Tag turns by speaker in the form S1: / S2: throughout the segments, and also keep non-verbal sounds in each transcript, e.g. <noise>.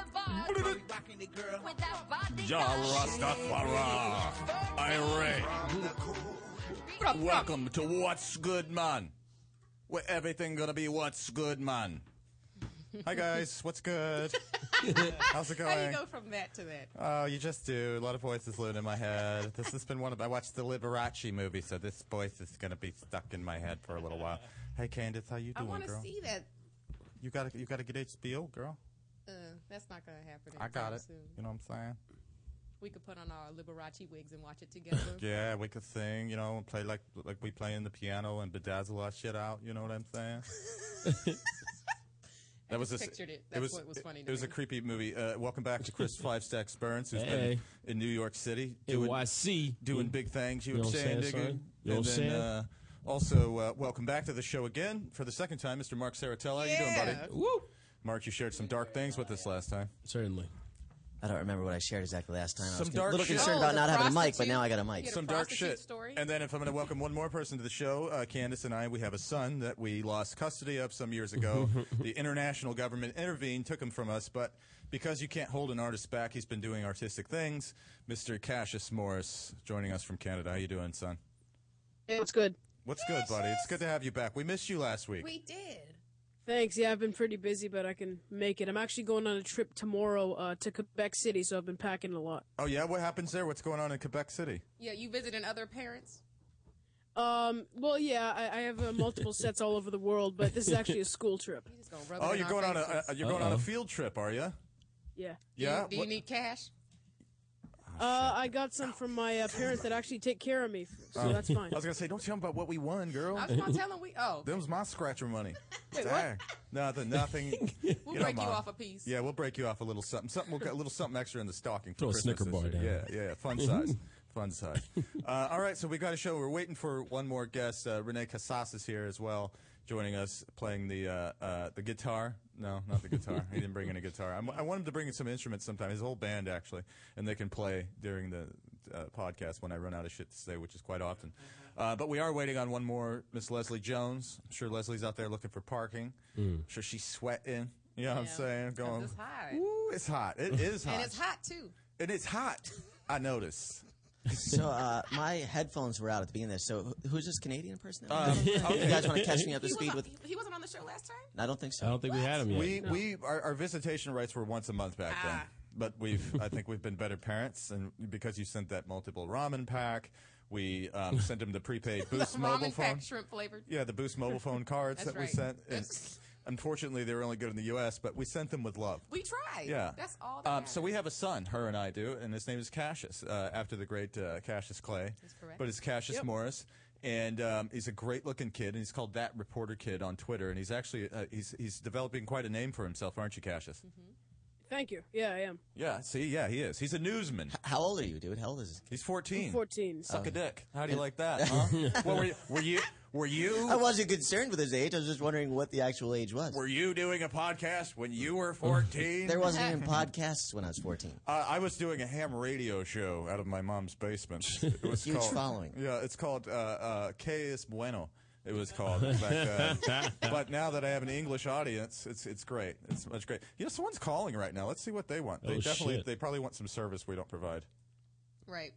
S1: Boulevard.
S2: Rocking the girl.
S1: With that body.
S3: Ja Rastafari. Ray. Welcome to What's Good Man. Where everything gonna be What's Good Man.
S4: Hi guys, what's
S5: <laughs>
S4: good? <laughs> How's it
S5: How do you
S4: going?
S5: go from that to that?
S4: Oh, you just do. A lot of voices loon in my head. This has been one of. I watched the Liberace movie, so this voice is gonna be stuck in my head for a little while. Hey, Candace, how you
S5: I
S4: doing,
S5: want to
S4: girl?
S5: see that.
S4: You gotta, you gotta get HBO, girl.
S5: Uh, that's not going to happen.
S4: I
S5: anytime
S4: got it.
S5: soon.
S4: You know what I'm saying?
S5: We could put on our Liberace wigs and watch it together.
S4: <laughs> Yeah, we could sing, you know, and play like like we playing the piano and bedazzle our shit out. You know what I'm saying?
S6: <laughs>
S4: that was
S5: just
S4: a-
S5: pictured it. That's what was funny
S4: It,
S5: to
S4: was
S5: me.
S4: a creepy movie. Uh, welcome back
S6: <laughs>
S4: to Chris Five Stacks Burns, who's
S6: Hey.
S4: been in New York City doing
S6: NYC.
S4: doing big things. You,
S6: You
S4: were
S6: know what
S4: saying,
S6: I'm saying,
S4: Diggy?
S6: son? You know what
S4: and
S6: I'm
S4: then,
S6: saying?
S4: uh, also, uh, welcome back to the show again for the second time, Mr. Mark Saratella. How you doing,
S5: Yeah.
S4: buddy?
S6: Woo!
S4: Mark, you shared some dark things with us last time.
S6: Certainly.
S7: I don't remember what I shared exactly last time. I was
S4: Some dark
S7: a little
S4: shit.
S7: concerned
S5: Oh,
S7: about
S5: the
S7: not having a mic, but
S5: prostitute.
S7: now I got a mic.
S5: You get a
S4: Some dark
S5: prostitute
S4: shit.
S5: story?
S4: And then, if I'm going to welcome one more person to the show, uh, Candace and I, we have a son that we lost custody of some
S7: <laughs>
S4: years ago. the international government intervened, took him from us, but because you can't hold an artist back, he's been doing artistic things. Mr. Cassius Morris joining us from Canada. How you doing, son?
S8: It's good.
S4: What's good, buddy? It's good to have you back. We missed you last week.
S5: We did.
S8: Thanks. Yeah, I've been pretty busy, but I can make it. I'm actually going on a trip tomorrow uh, to Quebec City, so I've been packing a lot.
S4: Oh yeah, what happens there? What's going on in Quebec City?
S5: Yeah, you visiting other parents?
S8: Um, well, yeah, I, I have uh,
S4: <laughs>
S8: multiple sets all over the world, but this is actually a school trip.
S5: You just gonna rub it
S4: Oh,
S5: in
S4: you're
S5: our
S4: going on a
S5: faces.
S4: uh, you're going on a
S6: Uh-oh.
S4: field trip, are you?
S8: Yeah.
S4: Yeah.
S5: Do you
S4: What-
S5: need cash?
S8: Uh, I got some from my uh, parents that actually take care of me, so that's fine.
S4: Oh. Uh, I was gonna say, don't tell them about what we won, girl.
S5: I was gonna tell him we. Oh,
S4: Them's my scratcher money.
S5: <laughs> Wait, what?
S4: Dang.
S5: <laughs>
S4: Nothing. Nothing.
S5: we'll
S4: You know,
S5: break you
S4: Mom.
S5: off a piece.
S4: Yeah, we'll break you off a little something. Something we'll get a little something extra in the stocking. For
S6: Throw a
S4: Christmas
S6: Snicker
S4: this
S6: bar
S4: year.
S6: down.
S4: Yeah, yeah,
S6: <laughs>
S4: fun size, fun size. Uh, all right, so we got a show. We're waiting for one more guest. Uh, Renee Casas is here as well, joining us playing the uh, uh, the guitar. No, not the guitar. he didn't bring in a guitar. I'm, I want him to bring in some instruments sometime. His whole band actually, and they can play during the uh, podcast when I run out of shit to say, which is quite often.
S5: Mm-hmm.
S4: Uh, but we are waiting on one more Miss Leslie Jones. I'm sure Leslie's out there looking for parking. I'm sure she's sweating. You know what I'm
S5: Yeah.
S4: saying? Going.
S5: It's hot.
S4: Um, Ooh, it's hot.
S2: <laughs>
S4: It is hot.
S5: And it's hot too.
S4: And it's hot. I noticed.
S7: So uh, my headphones were out at the beginning there. So wh- who's this Canadian person?
S4: Um, okay.
S7: Uh, <laughs> You guys want to catch me up to
S5: He,
S7: speed
S5: was
S7: with?
S5: on, he wasn't on the show last time.
S7: I don't think so.
S6: I don't think we had him yet.
S4: We
S5: <laughs>
S4: we our, our visitation rights were once a month back then.
S7: Ah.
S4: But we've I think we've been better parents, and because you sent that multiple ramen pack,
S7: <laughs>
S4: we um, sent him the prepaid Boost mobile
S5: Ramen
S4: phone.
S5: pack shrimp flavored.
S4: Yeah, the Boost
S5: <laughs>
S4: mobile phone cards
S5: That's
S4: that we
S5: right.
S4: sent. And
S5: <laughs>
S4: unfortunately, they were only good in the U.S., but we sent them with love.
S5: We tried.
S4: Yeah.
S5: That's all. That
S4: Um, so we
S5: matters.
S4: have a son, her and I do, and his name is Cassius, uh, after the great uh, Cassius Clay. That's
S5: correct.
S4: But it's Cassius
S5: Yep.
S4: Morris, and um, he's a great-looking kid, and he's called that reporter kid on Twitter, and he's actually uh, he's he's developing quite a name for himself, aren't you, Cassius?
S5: Mm-hmm.
S8: Thank you. Yeah, I am.
S4: Yeah. See, yeah, he is. He's a newsman.
S7: How old are you, dude? How old is? Oh.
S4: He's 14
S8: 14. So.
S4: Suck a dick. How do you
S7: <laughs>
S4: like that? Huh? well, were you were you were you,
S7: I wasn't concerned with his age. I was just wondering what the actual age was.
S4: were you doing a podcast when you were 14?
S7: There wasn't even podcasts when I was 14.
S4: <laughs> Uh, I was doing a ham radio show out of my
S7: <laughs>
S4: mom's basement. It was
S7: Huge
S4: called,
S7: following.
S4: Yeah, it's called uh, uh, Que es Bueno. It was called back
S7: <laughs>
S4: then. but now that I have an English audience, it's it's great. It's much great. You know, someone's calling right now. Let's see what they want. They
S6: Oh,
S4: definitely
S6: shit.
S4: they probably want some service we don't provide.
S5: right.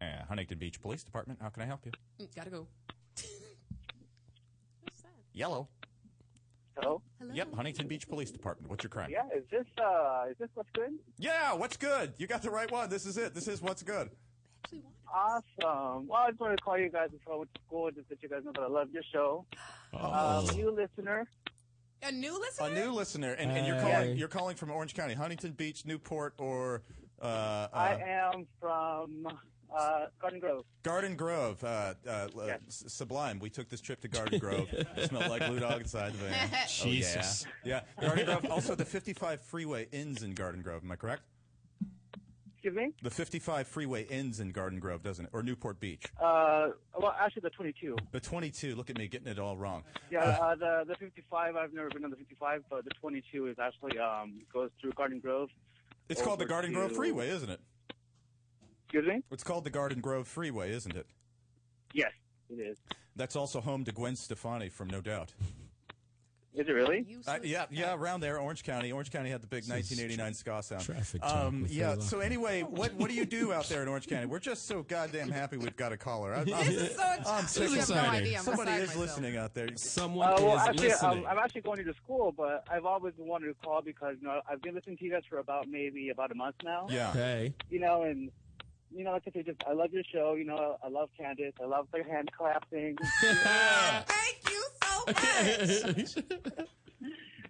S4: Uh, Huntington Beach Police Department. How can I help you?
S5: Mm, Gotta go.
S4: Yellow.
S9: Hello.
S4: Yep, Huntington Beach Police Department. What's your crime?
S9: Yeah, is this uh, is this what's good?
S4: Yeah, what's good? You got the right one. This is it. This is what's good.
S9: Awesome. Well, I just wanted to call you guys before I went to school, just let you guys know that I love your show.
S4: Uh, Oh.
S9: Um, new listener.
S5: A new listener.
S4: A new listener, and, and you're calling
S6: Hey.
S4: you're calling from Orange County, Huntington Beach, Newport, or uh, uh,
S9: I am from uh, Garden Grove.
S4: Garden Grove. Uh, uh,
S9: Yes.
S4: S- Sublime. We took this trip to
S9: <laughs>
S4: Garden Grove. It smelled like blue dog inside the van.
S6: Jesus.
S4: Yeah, Garden Grove. Also, the 55 freeway ends in Garden Grove. Am I correct?
S9: Excuse me.
S4: The 55 freeway ends in Garden Grove, doesn't it? Or Newport Beach.
S9: Uh, well, actually, the 22.
S4: The 22. Look at me getting it all wrong.
S9: Yeah, uh, the the 55. I've never been on the 55, but the 22 is actually um goes through Garden Grove.
S4: It's called the
S9: Over
S4: Garden
S9: to-
S4: Grove Freeway, isn't it?
S9: Excuse me.
S4: It's called the Garden Grove Freeway, isn't it?
S9: Yes, it is.
S4: That's also home to Gwen Stefani from No Doubt.
S9: Is it really?
S5: Useless.
S4: Uh, yeah, yeah, around there, Orange County. Orange County had the big 1989 ska sound.
S1: traffic talk
S4: Um,
S1: with
S4: yeah.
S1: Fela.
S4: So anyway, what what do you do out there in Orange County? We're just so goddamn happy we've got a caller. I, I'm,
S5: This is so
S4: I'm sick
S5: You
S4: of
S5: have no
S1: exciting.
S5: idea. I'm
S4: Somebody
S5: beside
S4: is
S5: myself.
S4: listening out there.
S1: Someone
S5: Oh,
S9: Uh, well,
S1: is
S9: actually,
S5: um,
S1: listening.
S9: I'm, I'm actually going to school, but I've always wanted to call because you know, I've been listening to you guys for about maybe about a month now.
S4: Yeah.
S1: hey,
S9: You know, and you know, like I said, just I love your show. You know, I love Candace. I love the hand
S1: <laughs>
S9: clapping.
S5: Thank you so much.
S9: <laughs>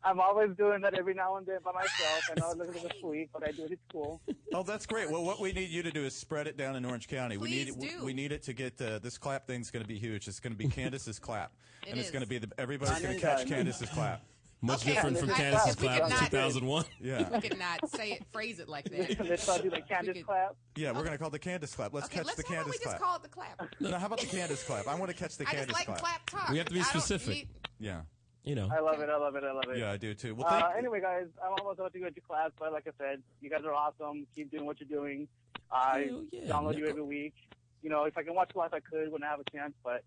S9: I'm always doing that every now and then by myself. I know I look at this week, but I do it at school.
S4: Oh, that's great. Well, what we need you to do is spread it down in Orange County. we
S5: Please
S4: need
S5: do.
S4: we need it to get uh, this clap thing's going to be huge. It's going to be Candace's clap,
S5: It
S4: and it's
S5: is.
S4: going to be the, everybody's going to
S9: need
S4: catch
S9: that.
S4: Candace's clap.
S1: much
S5: Okay,
S1: different from
S5: I-
S1: Candace's
S5: if we
S1: clap in
S5: could not-
S1: 2001.
S4: Yeah,
S5: We could not say it, phrase it
S9: <laughs>
S5: like that.
S9: Let's all do like
S5: We
S9: Candace
S5: could-
S9: clap.
S4: yeah. We're going to call the Candace clap. Let's
S5: Okay,
S4: catch
S5: let's
S4: the
S5: why don't we
S4: Candace
S5: just
S4: clap.
S5: call it the clap.
S4: No, how about the Candace clap? I want to catch the
S5: I
S4: Candace
S5: just like
S4: clap.
S5: clap talk.
S1: We have to be
S5: I don't
S1: specific.
S5: need-
S4: Yeah,
S1: You know,
S9: I love it. I love it. I love it.
S4: yeah, I do too. Well, thank
S9: Uh, anyway, guys, I'm almost about to go to class, but like I said, you guys are awesome. Keep doing what you're doing. I
S1: Hell yeah,
S9: download you
S1: Nico.
S9: every week. You know, if I can watch live, I could when I have a chance, but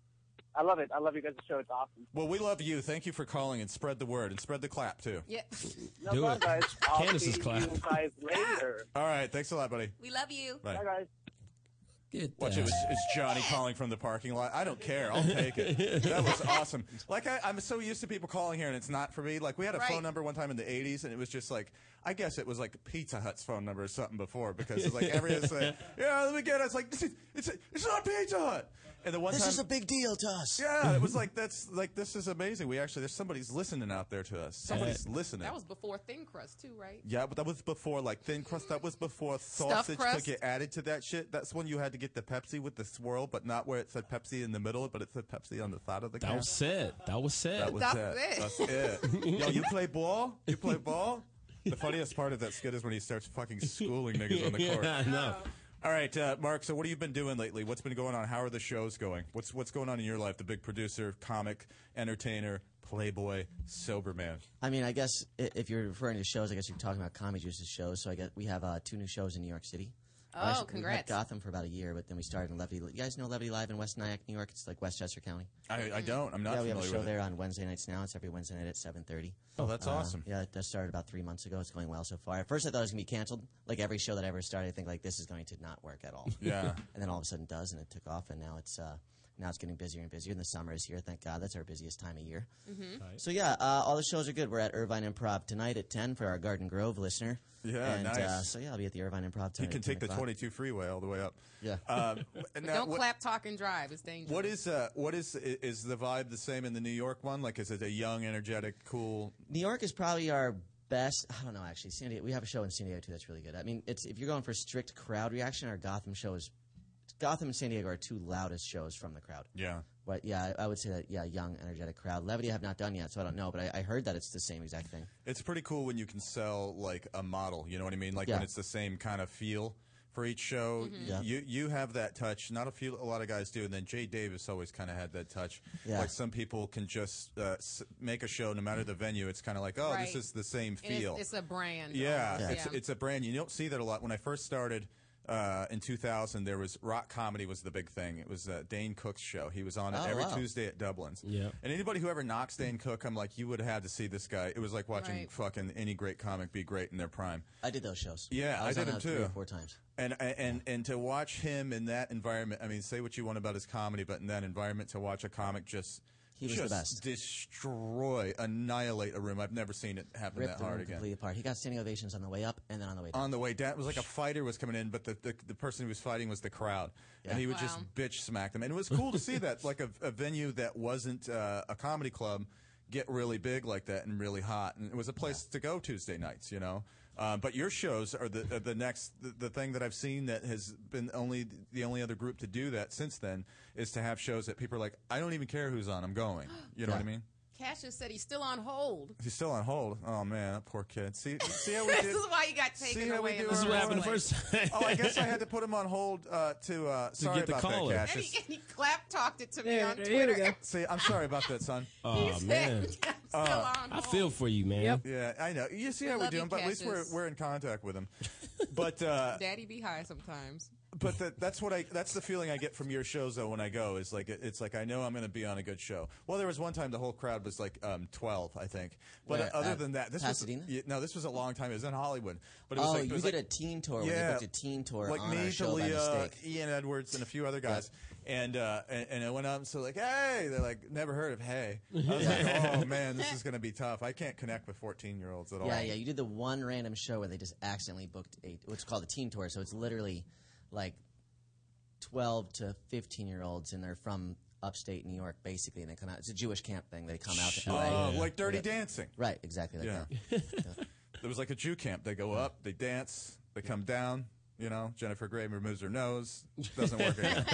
S9: I love it. I love you guys' show. It's awesome.
S4: Well, we love you. Thank you for calling and spread the word and spread the clap too.
S5: Yeah.
S9: No
S1: Do
S9: problem,
S1: it.
S9: guys. I'll
S1: Candace's
S9: see
S1: clap.
S9: you guys later.
S4: All right, thanks a lot, buddy.
S5: We love you.
S4: Bye.
S9: Bye, guys.
S1: get
S4: Watch it.
S1: that.
S4: It's, it's Johnny calling from the parking lot. I don't care. I'll take it. That
S7: <laughs>
S4: was awesome. Like I, I'm so used to people calling here, and it's not for me. Like we had a
S5: Right.
S4: phone number one time in the '80s, and it was just like I guess it was like Pizza Hut's phone number or something before because it's like
S7: <laughs>
S4: everyone's like, "Yeah, let me get it." It's like it's it's, it's not Pizza Hut. And the one
S7: This
S4: time,
S7: is a big deal to us.
S4: yeah, it was like that's like this is amazing. We actually there's somebody's listening out there to us. Somebody's listening.
S5: That was before Thin Crust, too, right?
S4: Yeah, but that was before like thin crust. That was before sausage to
S5: crust?
S4: get added to that shit. That's when you had to get the Pepsi with the swirl, but not where it said Pepsi in the middle, but it said Pepsi on the side of the
S1: That
S4: can.
S1: was said. That was said.
S4: That was
S5: That's
S10: <laughs>
S4: it. That's
S5: <laughs>
S4: it. Yo, you play ball? You play ball? The funniest part of that skit is when he starts fucking schooling niggas on the court.
S1: <laughs> yeah, I know.
S4: All right, uh, Mark. So, what have you been doing lately? What's been going on? How are the shows going? What's what's going on in your life? The big producer, comic, entertainer, playboy, sober man.
S7: I mean, I guess i- if you're referring to shows, I guess you're talking about Comedy Juice's shows. So I guess we have uh, two new shows in New York City.
S5: Oh,
S7: Actually, We had
S5: congrats.
S7: Gotham for about a year, but then we started in Levity. You guys know Levity Live in West Nyack, New York. It's like Westchester County.
S4: I, I don't. I'm not
S7: yeah, we
S4: familiar
S7: have a show
S4: with it.
S7: there on Wednesday nights now. It's every Wednesday night at seven thirty. Uh,
S4: Oh, that's awesome.
S7: Yeah, that started about three months ago. It's going well so far. At first, I thought it was gonna be canceled. Like every show that I ever started, I think like this is going to not work at all.
S4: Yeah.
S7: <laughs> and then all of a sudden it does, and it took off, and now it's uh, now it's getting busier and busier. And the summer is here, thank God. That's our busiest time of year.
S1: Right.
S7: So yeah, uh, all the shows are good. We're at Irvine Improv tonight at ten for our Garden Grove listener.
S4: Yeah,
S7: and,
S4: nice.
S7: Uh, so yeah, I'll be at the Irvine Improv tonight.
S4: You can
S7: at 10
S4: take the
S7: o'clock.
S4: 22 freeway all the way up.
S7: Yeah.
S5: <laughs>
S4: Um, now,
S5: Don't
S4: what,
S5: clap, talk, and drive. It's dangerous.
S4: What is uh, what is i- is the vibe the same in the New York one? Like, is it a young, energetic, cool?
S7: New York is probably our best. I don't know actually. San Diego. We have a show in San Diego too that's really good. I mean, it's if you're going for strict crowd reaction, our Gotham show is. Gotham and San Diego are two loudest shows from the crowd.
S4: Yeah.
S7: But yeah, I, I would say that yeah, young, energetic crowd. Levity I have not done yet, so I don't know. But I, I heard that it's the same exact thing.
S4: It's pretty cool when you can sell like a model. You know what I mean? Like
S7: Yeah. Mm-hmm.
S4: when it's the same kind of feel for each show.
S7: Yeah.
S4: You you have that touch. Not a few. A lot of guys do. And then Jay Davis always kind of had that touch.
S7: Yeah.
S4: Like some people can just uh, s- make a show no matter the venue. It's kind of like, oh, this
S5: Right.
S4: is the same
S5: And it's-
S4: feel.
S5: It's, a brand.
S4: Yeah,
S5: almost,
S4: It's, it's a brand. You don't see that a lot. When I first started uh, in 2000, there was rock comedy was the big thing. It was uh, Dane Cook's show. He was on it
S7: Oh,
S4: every
S7: wow.
S4: Tuesday at Dublin's.
S1: Yeah.
S4: And anybody who ever knocks Dane Cook, I'm like, you would have had to see this guy. It was like watching
S5: Right.
S4: fucking any great comic be great in their prime.
S7: I did those shows.
S4: Yeah,
S7: I, was
S4: I
S7: on
S4: did them,
S7: that three or
S4: too.
S7: four times.
S4: And and and to watch him in that environment. I mean, say what you want about his comedy, but in that environment, to watch a comic just.
S7: He was the
S4: just
S7: best.
S4: destroy, annihilate a room. I've never seen it happen
S7: Ripped
S4: that
S7: the room
S4: hard again.
S7: completely apart. He got standing ovations on the way up and then on the way down.
S4: on the way down. It was like a fighter was coming in, but the, the, the person who was fighting was the crowd. And he would just
S5: Wow.
S4: bitch smack them. And it was cool to see that, like a, a venue that wasn't uh, a comedy club get really big like that and really hot. And it was a place to go Tuesday nights, you know? Uh, but your shows are the are the next the, the thing that I've seen that has been only the only other group to do that since then is to have shows that people are like I don't even care who's on I'm going you know what I mean
S5: Cassius said he's still on hold.
S4: he's still on hold oh man that poor kid see
S5: <laughs>
S4: see how we
S5: This
S4: did
S5: is why he got
S4: See
S5: taken
S4: how we
S5: away. in
S4: do
S5: the
S1: This is what
S4: Right.
S1: happened the first time.
S4: Oh, I guess I had to put him on hold uh, to. Uh, sorry
S1: get the
S4: about
S1: caller.
S4: that,
S5: And
S4: Cassius.
S5: he, and he clap talked it to me
S8: There,
S5: on
S8: there, here we
S5: Twitter.
S8: go.
S4: See, I'm sorry about that,
S1: <laughs>
S4: son.
S5: He
S1: Oh
S5: said,
S1: man,
S5: <laughs> "I'm still
S4: Uh,
S5: on
S1: I
S5: hold."
S1: feel for you, man.
S8: Yep.
S4: Yeah, I know. You see how we
S5: love
S4: do
S5: you,
S4: him, but at least we're
S5: Cassius.
S1: <laughs>
S4: we're in contact with him. But uh,
S5: Daddy be high sometimes.
S4: but that, that's what I that's the feeling I get from your shows though when I go is like it- it's like I know I'm going to be on a good show. Well, there was one time the whole crowd was like um, 12, I think. But
S7: Where,
S4: other
S7: at
S4: than that, this
S7: Pasadena?
S4: was yeah, no, this was a long time. It was in Hollywood, but it was
S7: Oh,
S4: like it
S7: you
S4: was
S7: did
S4: like-
S7: a teen tour where they booked a teen tour
S4: like
S7: on
S4: me,
S7: our show by
S4: Talia,
S7: mistake.
S4: Ian Edwards, and a few other guys. And, uh, and and I went up and so like, hey, they're like, never heard of hey. I
S7: <laughs>
S4: was like, oh man, this is going to be tough. I can't connect with 14 year olds at all.
S7: Yeah, yeah. You did the one random show where they just accidentally booked a what's called a teen tour. So it's literally like twelve to fifteen year olds, and they're from upstate New York, basically, and they come out. It's a Jewish camp thing. They come out to
S4: Oh,
S7: LA.
S4: like Dirty Dancing.
S7: Right, exactly like
S4: Yeah.
S7: that.
S4: <laughs> There was like a Jew camp. They go up, they dance, they come down. You know, Jennifer Graham removes her nose. Doesn't work. anymore.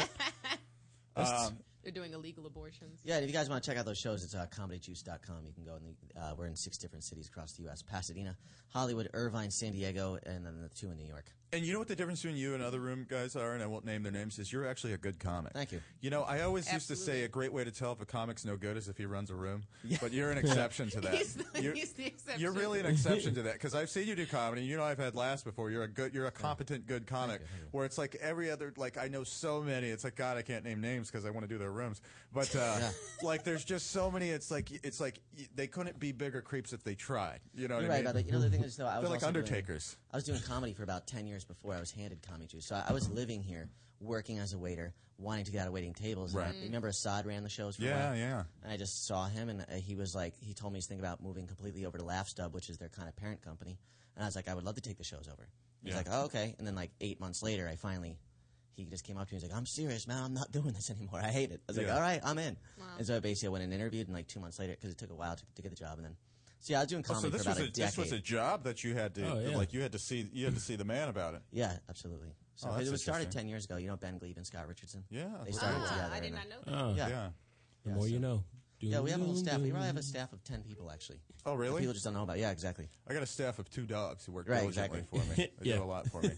S4: Uh,
S5: <laughs> They're doing illegal abortions.
S7: Yeah, and if you guys want to check out those shows, it's uh, comedyjuice.com. You can go, and uh, we're in six different cities across the U.S. Pasadena, Hollywood, Irvine, San Diego, and then the two in New York.
S4: and you know what the difference between you and other room guys are, and I won't name their names, is you're actually a good comic.
S7: Thank you.
S4: You know, I always used to say a great way to tell if a comic's no good is if he runs a room,
S7: <laughs>
S4: but you're an exception <laughs> to
S5: <laughs>
S4: that.
S5: He's the-
S4: you're,
S5: he's the exception.
S4: you're really
S5: <laughs>
S4: an exception to that because I've seen you do comedy. You know, I've had laughs before. You're a good, you're a competent, good comic. Where it's like every other, like I know so many. It's like God, I can't name names because I want to do their rooms, but uh, <laughs> like there's just so many. It's like it's like y- they couldn't be bigger creeps if they tried. You know what
S7: You're
S4: I
S7: right
S4: mean?
S7: about it. You know the thing is though, I was
S4: <laughs> They're like
S7: also doing-
S4: undertakers.
S7: I was doing comedy for about ten years before I was handed comedy juice. So I, I was living here, working as a waiter, wanting to get out of waiting tables. And I-
S4: Right.
S7: remember Assad ran the shows for a
S4: Yeah,
S7: while?
S4: yeah.
S7: And I just saw him, and uh, he was like, he told me his thing about moving completely over to Laugh Stub, which is their kind of parent company. And I was like, I would love to take the shows over. He's
S4: Yeah.
S7: like, oh, okay. And then like eight months later, I finally, he just came up to me. He's like, I'm serious, man. I'm not <laughs> doing this anymore. I hate it. I was like,
S4: Yeah.
S7: all right, I'm in. And so I basically went and interviewed, and like two months later, because it took a while to, to get the job, and then. So yeah, I was doing
S4: Oh,
S7: comedy
S4: so this
S7: for about
S4: was a,
S7: a decade.
S4: this was a job that you had to
S1: Oh, yeah.
S4: like you had to see you had to see the man about it.
S7: Yeah, absolutely. So
S4: Oh,
S7: it
S4: that's
S7: was started
S4: interesting.
S7: ten years ago. You know Ben Glebe and Scott Richardson.
S4: Yeah.
S7: they started
S4: Ah,
S7: together.
S5: I
S7: and
S5: did not
S7: then-
S5: know that.
S1: Oh,
S7: Yeah,
S4: Yeah.
S1: the more you know.
S7: yeah. We have a whole staff. We probably have a staff of ten people actually.
S4: Oh, really?
S7: People just don't know about. Yeah, exactly.
S4: I got a staff of two dogs who work
S7: Right,
S4: diligently
S7: exactly. <laughs>
S4: for me. They
S1: Yeah.
S4: do a lot for me.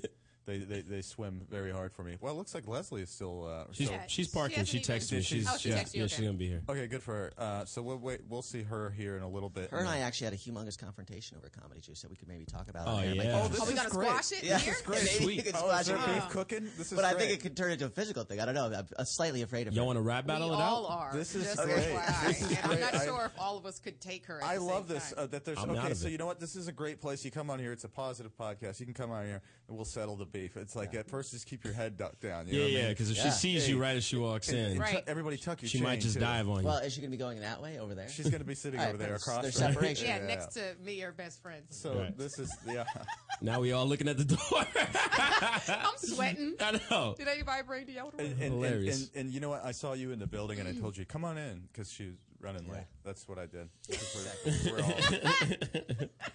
S4: They, they they swim very hard for me. Well, it looks like Leslie is still. Uh,
S1: She's,
S4: still-
S5: Yeah,
S1: she's
S5: she
S1: parking.
S5: hasn't
S1: She
S5: even-
S1: texts me.
S5: Oh,
S1: She's,
S5: she
S1: yeah,
S5: texted you,
S1: yeah,
S5: okay.
S1: she's gonna be here.
S4: okay, good for her. Uh, so we'll wait. We'll see her here in a little bit.
S7: Her and I actually had a humongous confrontation over comedy juice that we could maybe talk about.
S1: Oh,
S7: on air, but-
S1: yeah. Oh, this
S5: Are we
S4: is
S5: gonna
S4: great.
S5: squash it
S7: Yeah,
S5: here?
S7: it's great. <laughs> Maybe you
S1: Sweet.
S7: could
S4: Oh, is
S7: squash
S4: there
S7: it.
S4: beef cooking? This is
S7: But I
S4: great.
S7: think it could turn into a physical thing. I don't know. I'm, I'm slightly afraid of.
S1: Y'all
S7: it.
S1: want to rap
S5: We
S1: battle it
S5: all
S1: out?
S5: are.
S4: This is
S5: just
S4: great.
S5: FYI.
S4: This is
S5: And I'm
S4: great.
S5: not
S4: I-
S5: sure if all of us could take her. At
S4: I
S5: the
S4: love
S5: same
S4: this.
S5: time.
S4: Uh, that there's
S1: I'm out
S4: okay.
S1: of
S4: So
S1: it.
S4: you know what? This is a great place. You come on here. It's a positive podcast. You can come on here and we'll settle the beef. It's like at first, just keep your head ducked down. You know
S1: Yeah,
S4: what I
S1: yeah.
S4: mean?
S1: Because if she
S7: Yeah.
S1: sees
S4: Hey.
S1: you right as she walks
S7: <laughs>
S4: And- and
S1: in,
S4: tu-
S5: Right.
S4: everybody tuck your
S1: she
S4: chain,
S1: might just
S4: too.
S1: dive on you.
S7: Well, is she going to be going that way over there?
S4: She's going to be sitting
S7: All right,
S4: over there
S7: there's-
S4: across.
S7: there's
S4: from you.
S7: separation.
S5: yeah, next to me are best friends.
S4: So
S1: Right.
S4: this is
S10: <laughs>
S4: yeah.
S1: Now we all looking at
S4: <laughs>
S1: the door.
S5: <laughs> I'm sweating.
S1: I
S4: Oh.
S1: know.
S5: Did anybody bring deodorant?
S4: And, and, and,
S1: Hilarious.
S4: and, and you know what? I saw you in the building, and I told you, "Come on in," because she was running late. That's what I did. We're- we're all-
S5: <laughs>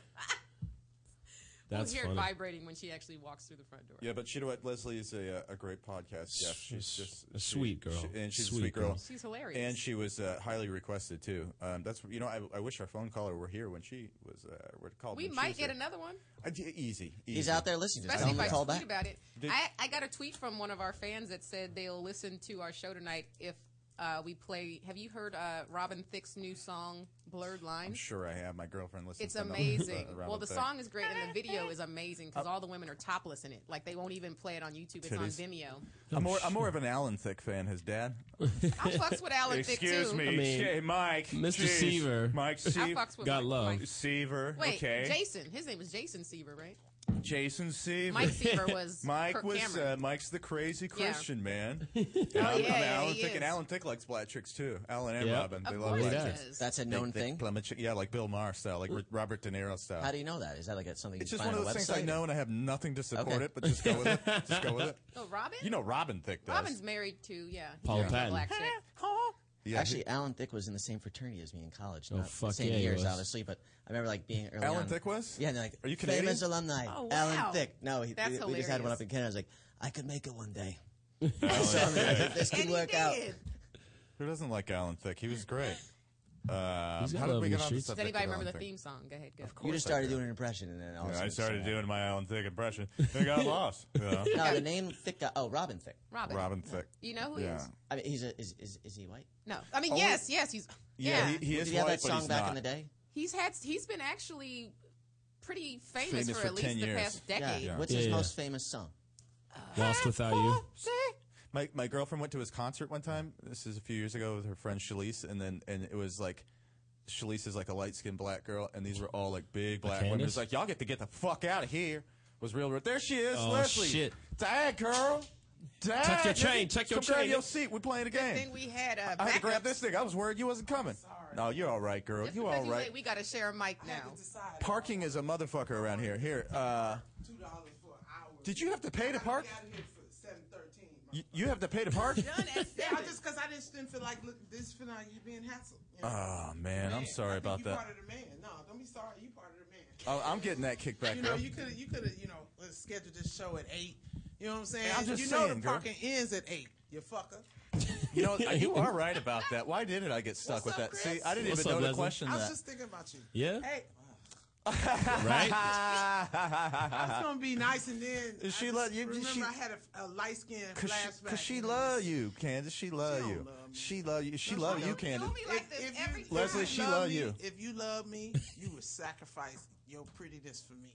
S1: That's
S5: you hear
S1: funny.
S5: it vibrating when she actually walks through the front door.
S4: yeah, but you know what? Leslie is a, uh, a great podcast. Yeah, she's just
S1: A sweet girl.
S4: and she's a
S1: Sweet
S4: sweet girl.
S1: girl.
S5: She's hilarious.
S4: And she was uh, highly requested too. Um, that's you know, I, I wish our phone caller were here when she was. Uh, we're called.
S5: we
S4: when she
S5: might
S4: was
S5: get
S4: here.
S5: another one,
S4: I d- easy, easy.
S7: He's out there listening.
S4: <laughs>
S7: Just
S5: especially if
S7: tell him
S5: I
S7: to
S5: tweet
S7: call back.
S5: about it.
S4: Did-
S5: I, I got a tweet from one of our fans that said they'll listen to our show tonight if uh, we play. Have you heard uh, Robin Thicke's new song, Blurred
S4: I'm
S5: Lines?
S4: sure I have. My girlfriend listens.
S5: It's
S4: to them, uh,
S5: amazing.
S4: <laughs> around
S5: well, the
S4: thing.
S5: song is great, and the video is amazing because all the women are topless in it. Like they won't even play it on YouTube. It's on
S4: Titties.
S5: Vimeo.
S4: I'm more. I'm more
S1: <laughs>
S4: of an Alan Thick fan. His dad.
S5: I fucks with
S4: <laughs>
S5: Alan Thicke too.
S1: I mean,
S4: Hey, Mike.
S1: Mr.
S4: Jeez.
S1: Seaver.
S4: Mike
S5: I
S4: Seaver.
S5: fucks with
S1: Got
S5: Mike-
S1: love.
S5: Mike-
S4: Seaver.
S5: Wait,
S4: okay.
S5: Jason. His name was Jason Siever, right?
S4: Jason Seaver.
S5: Mike
S4: <laughs>
S5: Siever was
S4: Mike
S5: Kirk
S4: was
S5: Cameron.
S4: uh, Mike's the crazy Christian
S7: <laughs>
S4: man.
S7: Oh,
S4: And
S5: yeah,
S4: I'm, I'm
S5: yeah,
S4: Alan
S5: he
S4: Thick, and
S5: is.
S4: Alan Thick likes black chicks too. Alan and
S1: Yep.
S4: Robin, they
S5: Of
S4: love
S5: course
S4: black
S5: he
S4: chicks.
S5: does.
S7: That's a
S4: They-
S7: known
S4: they
S7: thing.
S4: plummet chick- yeah, like Bill Maher style, like R- Robert De Niro style.
S7: How do you know that? Is that like a, something?
S4: it's
S7: you
S4: just
S7: find
S4: one of
S7: on
S4: those
S7: a
S4: things
S7: website?
S4: I know, and I have nothing to support
S7: Okay.
S4: it, but just go
S7: <laughs>
S4: with it. Just go with it.
S5: <laughs> Oh, Robin.
S4: You know, Robin Thick does.
S5: Robin's married to yeah.
S1: Paula
S5: he's a
S1: Patton.
S5: Black chick.
S4: yeah,
S7: Actually, Alan Thicke was in the same fraternity as me in college.
S1: Oh,
S7: not
S1: fuck
S7: the same
S1: yeah, he
S7: years,
S1: was.
S7: obviously, but I remember like being early
S4: Alan
S7: on-
S4: Thicke was?
S7: Yeah, and they're like,
S4: Are you
S7: famous
S4: Canadian?
S7: alumni,
S5: Oh, wow.
S7: Alan Thicke. No, he,
S5: That's
S7: we, we just had one
S5: hilarious.
S7: up in Canada. I was like, I could make it one day.
S1: <laughs> Oh,
S4: he- Alan
S5: <laughs>
S4: Thicke.
S7: this could
S5: And he
S7: work out.
S5: did.
S4: Who doesn't like Alan Thick? He was great. Um,
S1: He's got
S4: how did we get
S1: love in the
S4: on the
S1: streets.
S5: Does
S4: subject
S5: anybody
S4: of
S5: remember the
S4: Alan Thicke?
S5: theme song? Go ahead, go.
S7: You just
S4: course I
S7: started
S4: do.
S7: doing an impression, and then all of a
S4: Yeah, I
S7: sudden
S4: started
S7: someone-
S4: doing my Alan Thick impression. I got <laughs> lost. You know?
S7: <laughs> No, the name Thicke. got- Oh, Robin Thicke.
S5: Robin.
S4: Robin Thick.
S5: You know who he
S4: Yeah.
S5: is?
S7: I mean, he's a, is, is is he white?
S5: No, I mean
S4: Oh,
S5: yes, yes, he's yeah.
S4: he, he
S7: Did
S4: is
S7: he have
S4: white,
S7: that
S4: but
S7: song
S4: he's
S7: back
S4: not.
S7: in the day?
S5: he's had he's been actually pretty famous,
S4: Famous
S5: for,
S4: for
S5: at least
S4: 10
S5: the
S4: years.
S5: past
S7: Yeah.
S5: decade.
S4: Yeah.
S7: What's
S1: Yeah,
S7: his
S1: yeah.
S7: most famous song?
S1: Lost without you.
S4: My my girlfriend went to his concert one time. This is a few years ago with her friend Shalise, and then and it was like. Shalise is like a light skinned black girl, and these were all like big black women.
S1: Candace?
S4: It's like, y'all get to get the fuck out of here. Was real. There she is,
S1: Oh,
S4: Leslie.
S1: shit.
S4: Dag, girl. Dag.
S1: Tuck your chain, tuck your
S4: Come grab
S1: chain.
S4: your seat. We're playing a game.
S5: Then we had uh,
S4: I had to
S5: backup.
S4: grab this thing. I was worried you wasn't coming. No, you're all right, girl.
S5: Just
S4: You
S5: because
S4: all
S5: you
S4: right.
S5: late, we got to share a mic now.
S4: Parking is a motherfucker around here. Here, uh,
S2: Two dollars for an hour.
S4: did you have to pay to park?
S2: I got here for seven thirteen.
S4: You, you have to pay to
S2: <laughs>
S4: park?
S5: Done at
S2: Yeah, I
S5: seven.
S2: just because I just didn't feel like look, this feel like you being hassled. You know?
S4: Oh man, I'm
S2: Man, I
S4: sorry
S2: think
S4: about
S2: you
S4: that.
S2: Part of the man. No, don't be sorry. You part of the man.
S4: Oh, I'm getting that kickback.
S2: You know,
S4: Girl.
S2: you could you could have you know let's schedule this show at eight. You know what I'm saying?
S4: I'm just
S2: you know
S4: saying,
S2: the
S4: girl.
S2: parking ends at eight. You fucker.
S4: You know, you are right about that. Why didn't I get stuck
S2: What's
S4: with
S2: up,
S4: that?
S2: Chris?
S4: See, I didn't
S1: What's
S4: even know
S1: up,
S4: to
S1: Leslie?
S4: question
S2: I was
S4: that. <laughs>
S2: just thinking about you.
S1: Yeah.
S2: Hey,
S1: Right?
S2: <laughs> I was gonna be nice and then
S4: She
S2: I
S4: let
S2: just
S4: you-
S2: Remember,
S4: she-
S2: I had a, a light skin
S4: Cause she,
S2: flashback.
S4: cause she
S2: and
S4: love
S2: it's-
S4: you, Candace. She love
S2: don't
S4: you.
S2: love me.
S4: She love you. She love you, Candace.
S5: Don't be like this every time.
S4: Leslie, she
S2: love
S4: love
S2: me-
S4: you.
S2: If you love me, you would sacrifice your prettiness
S5: <laughs>
S2: for me.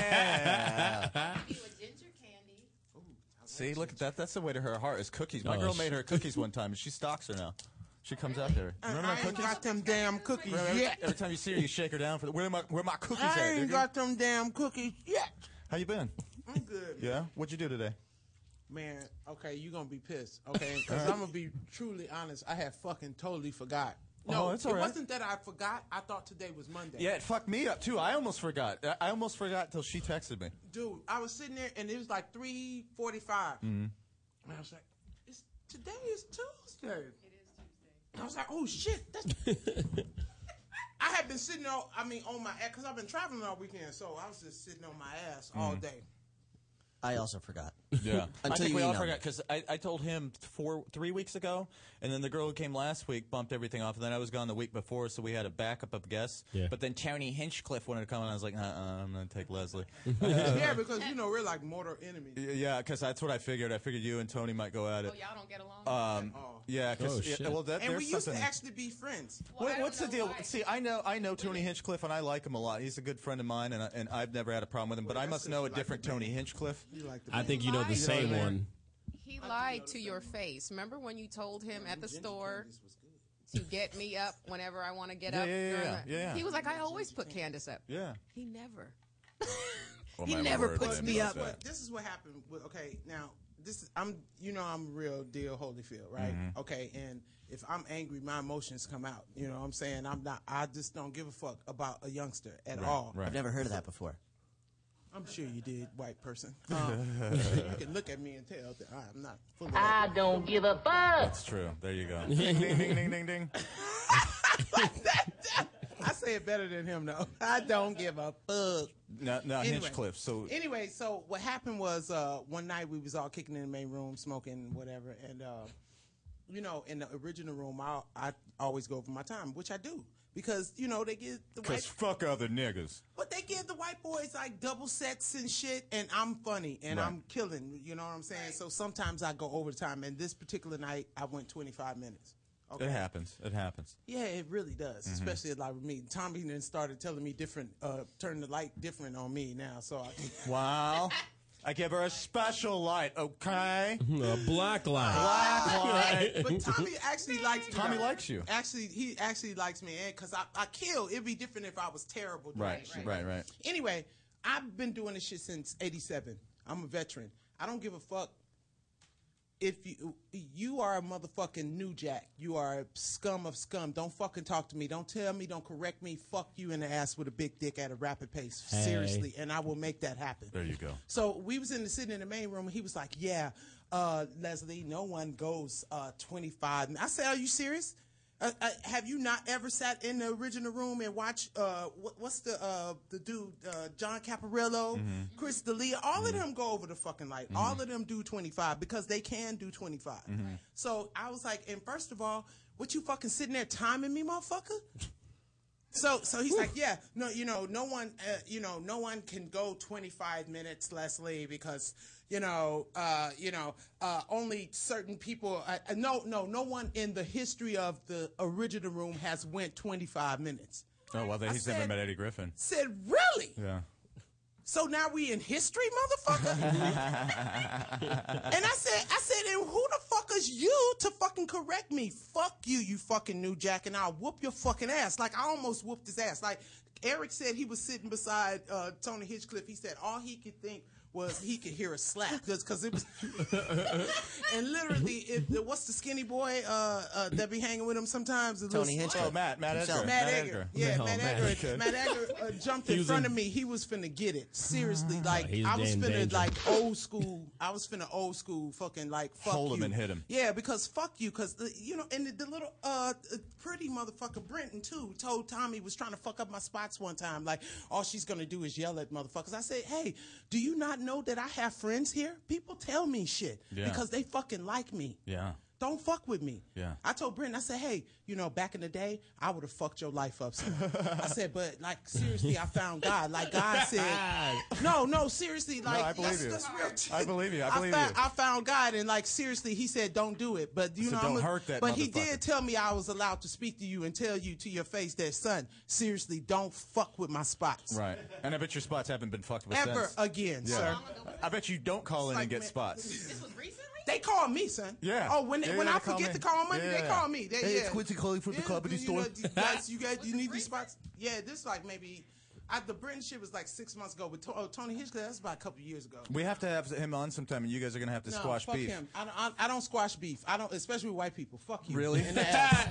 S4: Yeah.
S5: You a ginger candy.
S4: See, look at that. That's the way to her heart is cookies. My
S1: Oh,
S4: girl
S1: sh-
S4: made her cookies one time, and she stalks her now. She comes out there. Remember
S2: Uh, I
S4: my
S2: ain't
S4: cookies?
S2: got them damn cookies
S4: Remember every,
S2: yet.
S4: every time you see her, you shake her down for the, where my where my cookies
S2: I
S4: at?
S2: ain't
S4: nigga?
S2: got them damn cookies yet.
S4: How you been?
S2: I'm good,
S4: Yeah. What'd you do today?
S2: man. Okay, you gonna be pissed,
S4: <laughs>
S2: okay? Because I'm gonna be truly honest. I had fucking totally forgot. No,
S4: Oh, it's
S2: it
S4: all right.
S2: wasn't that I forgot. I thought today was Monday.
S4: Yeah, it fucked me up too. I almost forgot. I- I almost forgot till she texted me.
S2: dude, I was sitting there and it was like three forty-five,
S1: Mm-hmm.
S2: and I was like, it's, "Today is Tuesday." It is Tuesday. I was like, "Oh shit!" That's <laughs> I had been sitting on, I mean, on my ass because I've been traveling all weekend, so I was just sitting on my ass all
S4: Mm-hmm. <laughs>
S2: day.
S7: I also forgot.
S4: Yeah, I
S7: <laughs> Until
S4: think
S7: you
S4: we all
S7: emailed
S4: forgot
S7: me.
S4: because I, I told him four three weeks ago, and then the girl who came last week bumped everything off, and then I was gone the week before, so we had a backup of guests.
S1: Yeah.
S4: But then Tony Hinchcliffe wanted to come, and I was like, uh, uh I'm gonna take Leslie.
S1: <laughs>
S2: yeah, because you know we're like mortal enemies.
S4: <laughs> yeah, because that's what I figured. I figured you and Tony might go at
S5: Oh,
S4: it.
S5: y'all don't get along.
S4: Um, yeah, because
S1: Oh, shit.
S4: well, that,
S2: And
S4: there's
S2: we used
S4: something.
S2: to actually be friends.
S5: Well, I
S4: What,
S5: don't
S4: what's the
S5: know
S4: deal?
S5: why.
S4: See, I know I know Tony Hinchcliffe, and I like him a lot. He's a good friend of mine, and I, and I've never had a problem with him. But I
S2: that's
S4: must
S2: if
S4: know
S2: you
S4: a
S2: like
S4: different
S2: the man.
S4: Tony Hinchcliffe.
S2: You like the
S1: I think you know the
S5: You know
S1: same
S4: what I mean?
S1: one.
S5: he lied to your face. Remember when you told him at the store
S2: This was good.
S5: to get me up whenever I want to get
S4: Yeah,
S5: up?
S4: yeah, yeah,
S5: during
S4: yeah,
S5: the-
S4: yeah, yeah.
S5: He was like, I always put Candace up.
S4: Yeah.
S5: He never.
S4: Oh,
S5: He
S4: my
S5: never
S4: word,
S5: puts
S4: I
S5: me
S4: didn't
S5: up.
S4: know
S2: But this is what happened. With, okay, now this is I'm you know I'm real deal Holyfield, right?
S4: Mm-hmm.
S2: Okay, and if I'm angry, my emotions come out. You know what I'm saying? I'm not. I just don't give a fuck about a youngster at all.
S4: right.
S7: I've never heard of that before.
S2: I'm sure you did, white
S4: <laughs>
S2: person. Um, you can look at me and tell that I'm not full of. I don't.
S4: That's true. There you
S1: <laughs>
S4: go. ding, ding, ding, <laughs> ding, ding, ding.
S2: <laughs> I say it better than him though. <laughs> I don't give a fuck.
S4: No, no,
S2: Anyway.
S4: Hinchcliffe. So
S2: Anyway, so what happened was uh, one night we was all kicking in the main room, smoking whatever, and uh, you know, in the original room, I I always go over my time, which I do because you know they give the
S4: Cause
S2: white,
S4: fuck other niggas.
S2: but they give the white boys like double sets and shit, and I'm funny and
S4: Right.
S2: I'm killing, you know what I'm saying? So sometimes I go over time, and this particular night I went 25 minutes.
S4: It Mm-hmm. happens. It happens.
S2: Yeah, it really does, especially like with me. Tommy then started telling me different, uh, turn the light different on me now, so I.
S4: Wow. I give her a special light, okay?
S1: <laughs> A black line.
S4: Black light.
S2: but Tommy actually likes me.
S4: Tommy
S2: though.
S4: likes you.
S2: Actually, he actually likes me, and because I, I kill, it'd be different if I was terrible. doing
S4: Right,
S2: this
S4: right,
S2: shit.
S4: right.
S2: Anyway, I've been doing this shit since '87. I'm a veteran. I don't give a fuck if you you are a motherfucking new jack. You are a scum of scum. Don't fucking talk to me. Don't tell me. Don't correct me. Fuck you in the ass with a big dick at a rapid pace. Seriously, and I will make that happen.
S4: There you go.
S2: So we was in the sitting in the main room. And he was like, "Yeah, uh, Leslie, no one goes uh, 25." I said, "Are you serious? Uh, uh, have you not ever sat in the original room and watched uh, what, what's the uh, the dude uh, John Caparello, Chris D'Elia? All of them go over the fucking light. All of them do 25 because they can do 25." So I was like, "And first of all, what you fucking sitting there timing me, motherfucker?" So, so he's like, yeah, no, you know, no one, uh, you know, no one can go 25 minutes, Leslie, because, you know, uh, you know, uh, only certain people. Uh, uh, no, no, no one in the history of the original room has went 25 minutes.
S4: Oh well, then he's
S2: I
S4: never
S2: said-
S4: met Eddie Griffin.
S2: <laughs> Said really?
S4: Yeah.
S2: So now we in history,
S4: <laughs>
S2: motherfucker. and I said, I said, and who the fuck is you to fucking correct me? Fuck you, you fucking new jack, and I'll whoop your fucking ass. Like I almost whooped his ass. Like Eric said, he was sitting beside uh, Tony Hitchcliffe. He said all he could think was he could hear a slap because it was. and literally, if the, what's the skinny boy uh, uh, that be hanging with him sometimes? The
S7: Tony
S2: little-
S7: Hinchcliffe.
S4: Oh, Matt, Matt
S7: Himself.
S4: Edgar. Oh,
S2: Matt
S4: Matt
S2: Edgar.
S4: Edgar.
S2: Yeah,
S1: No,
S2: Matt
S1: Matt
S2: Edgar.
S1: Edgar.
S2: Matt Edgar uh, jumped
S1: He
S2: in
S1: was
S2: front
S1: in-
S2: of me. He was finna get it. Seriously. Like
S1: he's
S2: I was
S1: in
S2: finna
S1: danger.
S2: like old school. I was finna old school fucking like fuck
S4: Hold him
S2: you.
S4: and hit him.
S2: Yeah, because fuck you, because you know, and the, the little uh uh, pretty motherfucker Brenton too told Tommy was trying to fuck up my spots one time. Like all she's gonna do is yell at motherfuckers. I said, hey, do you not know that I have friends here? People tell me shit
S4: Yeah.
S2: because they fucking like me.
S4: Yeah.
S2: Don't fuck with me.
S4: Yeah.
S2: I told Brenton, I said, hey, you know, back in the day, I would have fucked your life up. son." I said, but like, seriously, I found God. Like, God
S4: <laughs>
S2: said, no, no, seriously, like,
S4: I believe
S2: that's,
S4: you.
S2: that's real. shit.
S4: I believe you. I believe
S2: found,
S4: you.
S2: I found God, and like, seriously, he said, don't do it. But, you
S4: said,
S2: know,
S4: "Don't
S2: I'm a-
S4: hurt that
S2: But he
S4: motherfucker."
S2: did tell me I was allowed to speak to you and tell you to your face that, son, seriously, don't fuck with my spots.
S4: Right. And I bet your spots haven't been fucked with
S2: Ever
S4: since.
S2: again, sir.
S4: I bet you don't call in and get spots.
S5: This was recently?
S2: They call me, son.
S4: Yeah.
S2: Oh, when
S4: Yeah,
S2: when
S4: yeah,
S2: I
S4: they call
S2: forget
S4: me.
S2: to call money, they
S4: Yeah.
S2: call me. They,
S3: Hey,
S2: yeah.
S3: it's Quincy Cully from the comedy
S2: you
S3: store.
S2: know, you guys, you guys,
S5: Was
S2: you
S5: it
S2: need these
S5: recent?
S2: spots. Yeah, this like maybe. I, the Britain shit was like six months ago with to- oh, Tony Hitchcock. That's about a couple years ago.
S4: We have to have him on sometime, and you guys are going to have to
S2: No,
S4: squash
S2: fuck
S4: beef.
S2: him. I don't, I, I don't squash beef. I don't, especially with white people. Fuck you.
S4: Really?
S2: In the
S4: <laughs>
S2: ass,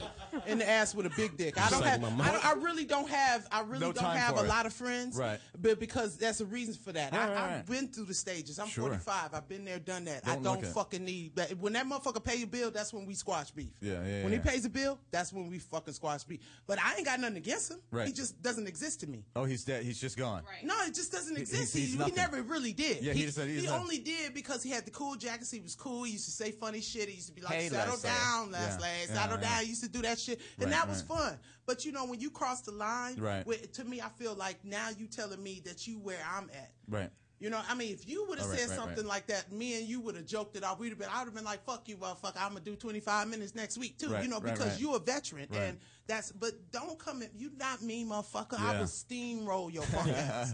S2: in the ass with a big dick. I don't
S1: like
S2: have.
S1: my
S2: I,
S1: mom.
S2: don't, I really don't have. I really
S4: No
S2: don't
S4: time
S2: have
S4: for
S2: a
S4: it.
S2: lot of friends.
S4: Right.
S2: But because that's a reason for that. I,
S4: Right, right,
S2: I've
S4: right.
S2: been through the stages. I'm
S4: Sure.
S2: 45. I've been there, done that. I
S4: Don't
S2: don't
S4: look it.
S2: fucking need. That. When that motherfucker pay your bill, that's when we squash beef.
S4: Yeah, yeah,
S2: When he
S4: yeah.
S2: pays a bill, that's when we fucking squash beef. But I ain't got nothing against him.
S4: Right.
S2: He just doesn't exist to me.
S4: Oh, he's dead. He's just gone.
S5: Right.
S2: No, it just doesn't exist.
S4: he's-
S2: He,
S4: he's
S2: he
S4: nothing.
S2: never really did.
S4: Yeah, he just said he's
S2: he
S4: nothing.
S2: only did because he had the cool jackets. He was cool. He used to say funny shit. He used to be like,
S4: Hey,
S2: "Settle
S4: Leslie."
S2: down,
S4: Yeah,
S2: Leslie.
S4: yeah,
S2: Settle
S4: yeah.
S2: down." He used to do that shit, and
S4: Right,
S2: that was
S4: right.
S2: fun. But you know, when you cross the line,
S4: Right.
S2: with- to me, I feel like now you telling me that you where I'm at.
S4: Right.
S2: You know, I mean, if you would have
S4: Oh, right,
S2: said
S4: right,
S2: something
S4: right.
S2: like that, me and you would have joked it off. We'd have been, I would have been like, "Fuck you, motherfucker! I'm gonna do 25 minutes next week too."
S4: Right,
S2: you know,
S4: right,
S2: because
S4: right.
S2: you're a veteran,
S4: Right.
S2: and that's. But don't come at you, not me, motherfucker. I
S4: Yeah.
S2: will steamroll your fucking
S4: <laughs>
S2: ass.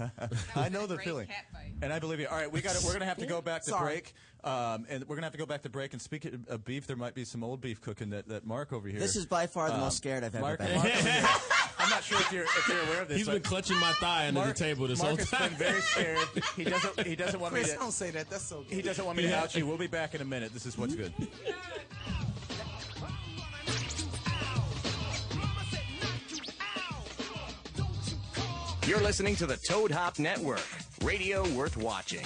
S4: I know the
S5: great
S4: feeling.
S5: cat fight.
S4: And I believe you. All right, we got to We're gonna have to go back to
S2: Sorry.
S4: break, um, and we're gonna have to go back to break. And speak of beef, there might be some old beef cooking that, that Mark over here. um,
S7: This is by far the most scared I've ever
S4: Mark,
S7: been.
S4: Mark over
S2: <laughs>
S4: here. I'm not sure if you're if you're aware of this.
S1: He's been
S4: but
S1: clutching my thigh under
S4: Mark,
S1: the table this
S4: Mark
S1: whole
S4: has
S1: time.
S10: <laughs>
S4: been very scared. He doesn't. He doesn't want
S2: Chris,
S4: me to.
S2: don't say that. That's so
S4: He
S2: good.
S4: doesn't want me to out you. We'll be back in a minute. This is what's good.
S6: <laughs> You're listening to the Toad Hop Network, radio worth watching.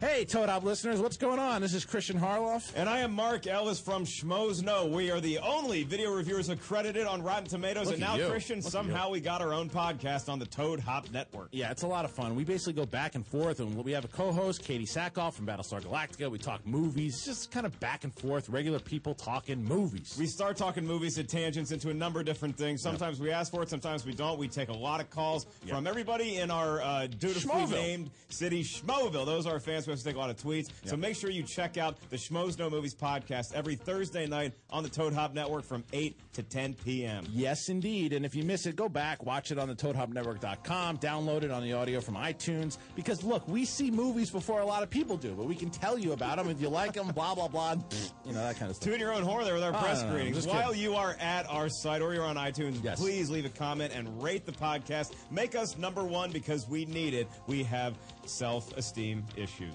S11: Hey, Toad Hop listeners, what's going on? This is Christian Harloff.
S1: And I am Mark Ellis from Schmoes No. We are the only video reviewers accredited on Rotten Tomatoes,
S4: Look
S1: and
S4: at
S1: now
S4: you.
S1: Christian
S4: Look at
S1: somehow we got our own podcast on the Toad Hop Network.
S11: Yeah, it's a lot of fun. We basically go back and forth, and we have a co-host, Katie Sackhoff from Battlestar Galactica. We talk movies, just kind of back and forth, regular people talking movies.
S1: We start talking movies at tangents into a number of different things. Sometimes we ask for it, sometimes we don't. We take a lot of calls from everybody in our uh, dutifully
S11: Schmoville.
S1: named city, Schmoville. Those are our fans. We also take a lot of tweets. So make sure you check out the Schmoes No Movies podcast every Thursday night on the Toad Hop Network from 8 to 10 p.m.
S11: Yes, indeed. And if you miss it, go back, watch it on the ToadHopNetwork.com, download it on the audio from iTunes. Because look, we see movies before a lot of people do, but we can tell you about them if you like them. Blah blah blah. You know that kind of stuff.
S1: Tune your own horror there with our
S11: Oh,
S1: press
S11: no, no, no,
S1: greetings.
S11: just
S1: While
S11: kidding.
S1: you are at our site or you're on iTunes,
S11: Yes.
S1: please leave a comment and rate the podcast. Make us number one because we need it. We have self esteem issues.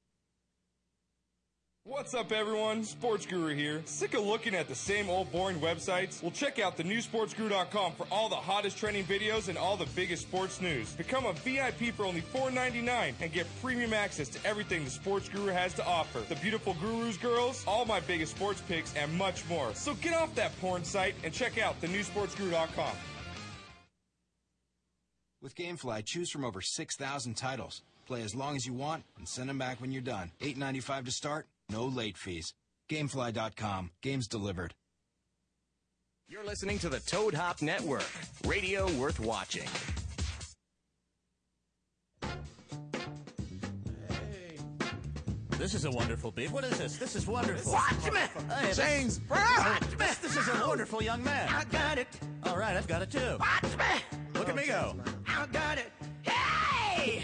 S12: What's up, everyone? Sports Guru here. Sick of looking at the same old boring websites? Well, check out the new sportsguru.com for all the hottest trending videos and all the biggest sports news. Become a VIP for only $4.99 and get premium access to everything the Sports Guru has to offer. The beautiful gurus, girls, all my biggest sports picks, and much more. So get off that porn site and check out the new sportsguru.com.
S13: With GameFly, choose from over 6,000 titles. Play as long as you want and send them back when you're done. $8.95 to start, no late fees. GameFly.com. Games delivered.
S6: You're listening to the Toad Hop Network, radio worth watching.
S3: This is a wonderful beat. What is this? This is wonderful.
S2: Watch me!
S3: I have a-
S2: James Brown!
S3: Watch me! This is a wonderful young man. I got it. All right, I've got it too. Watch me! Look at me go.
S2: I got it. Hey!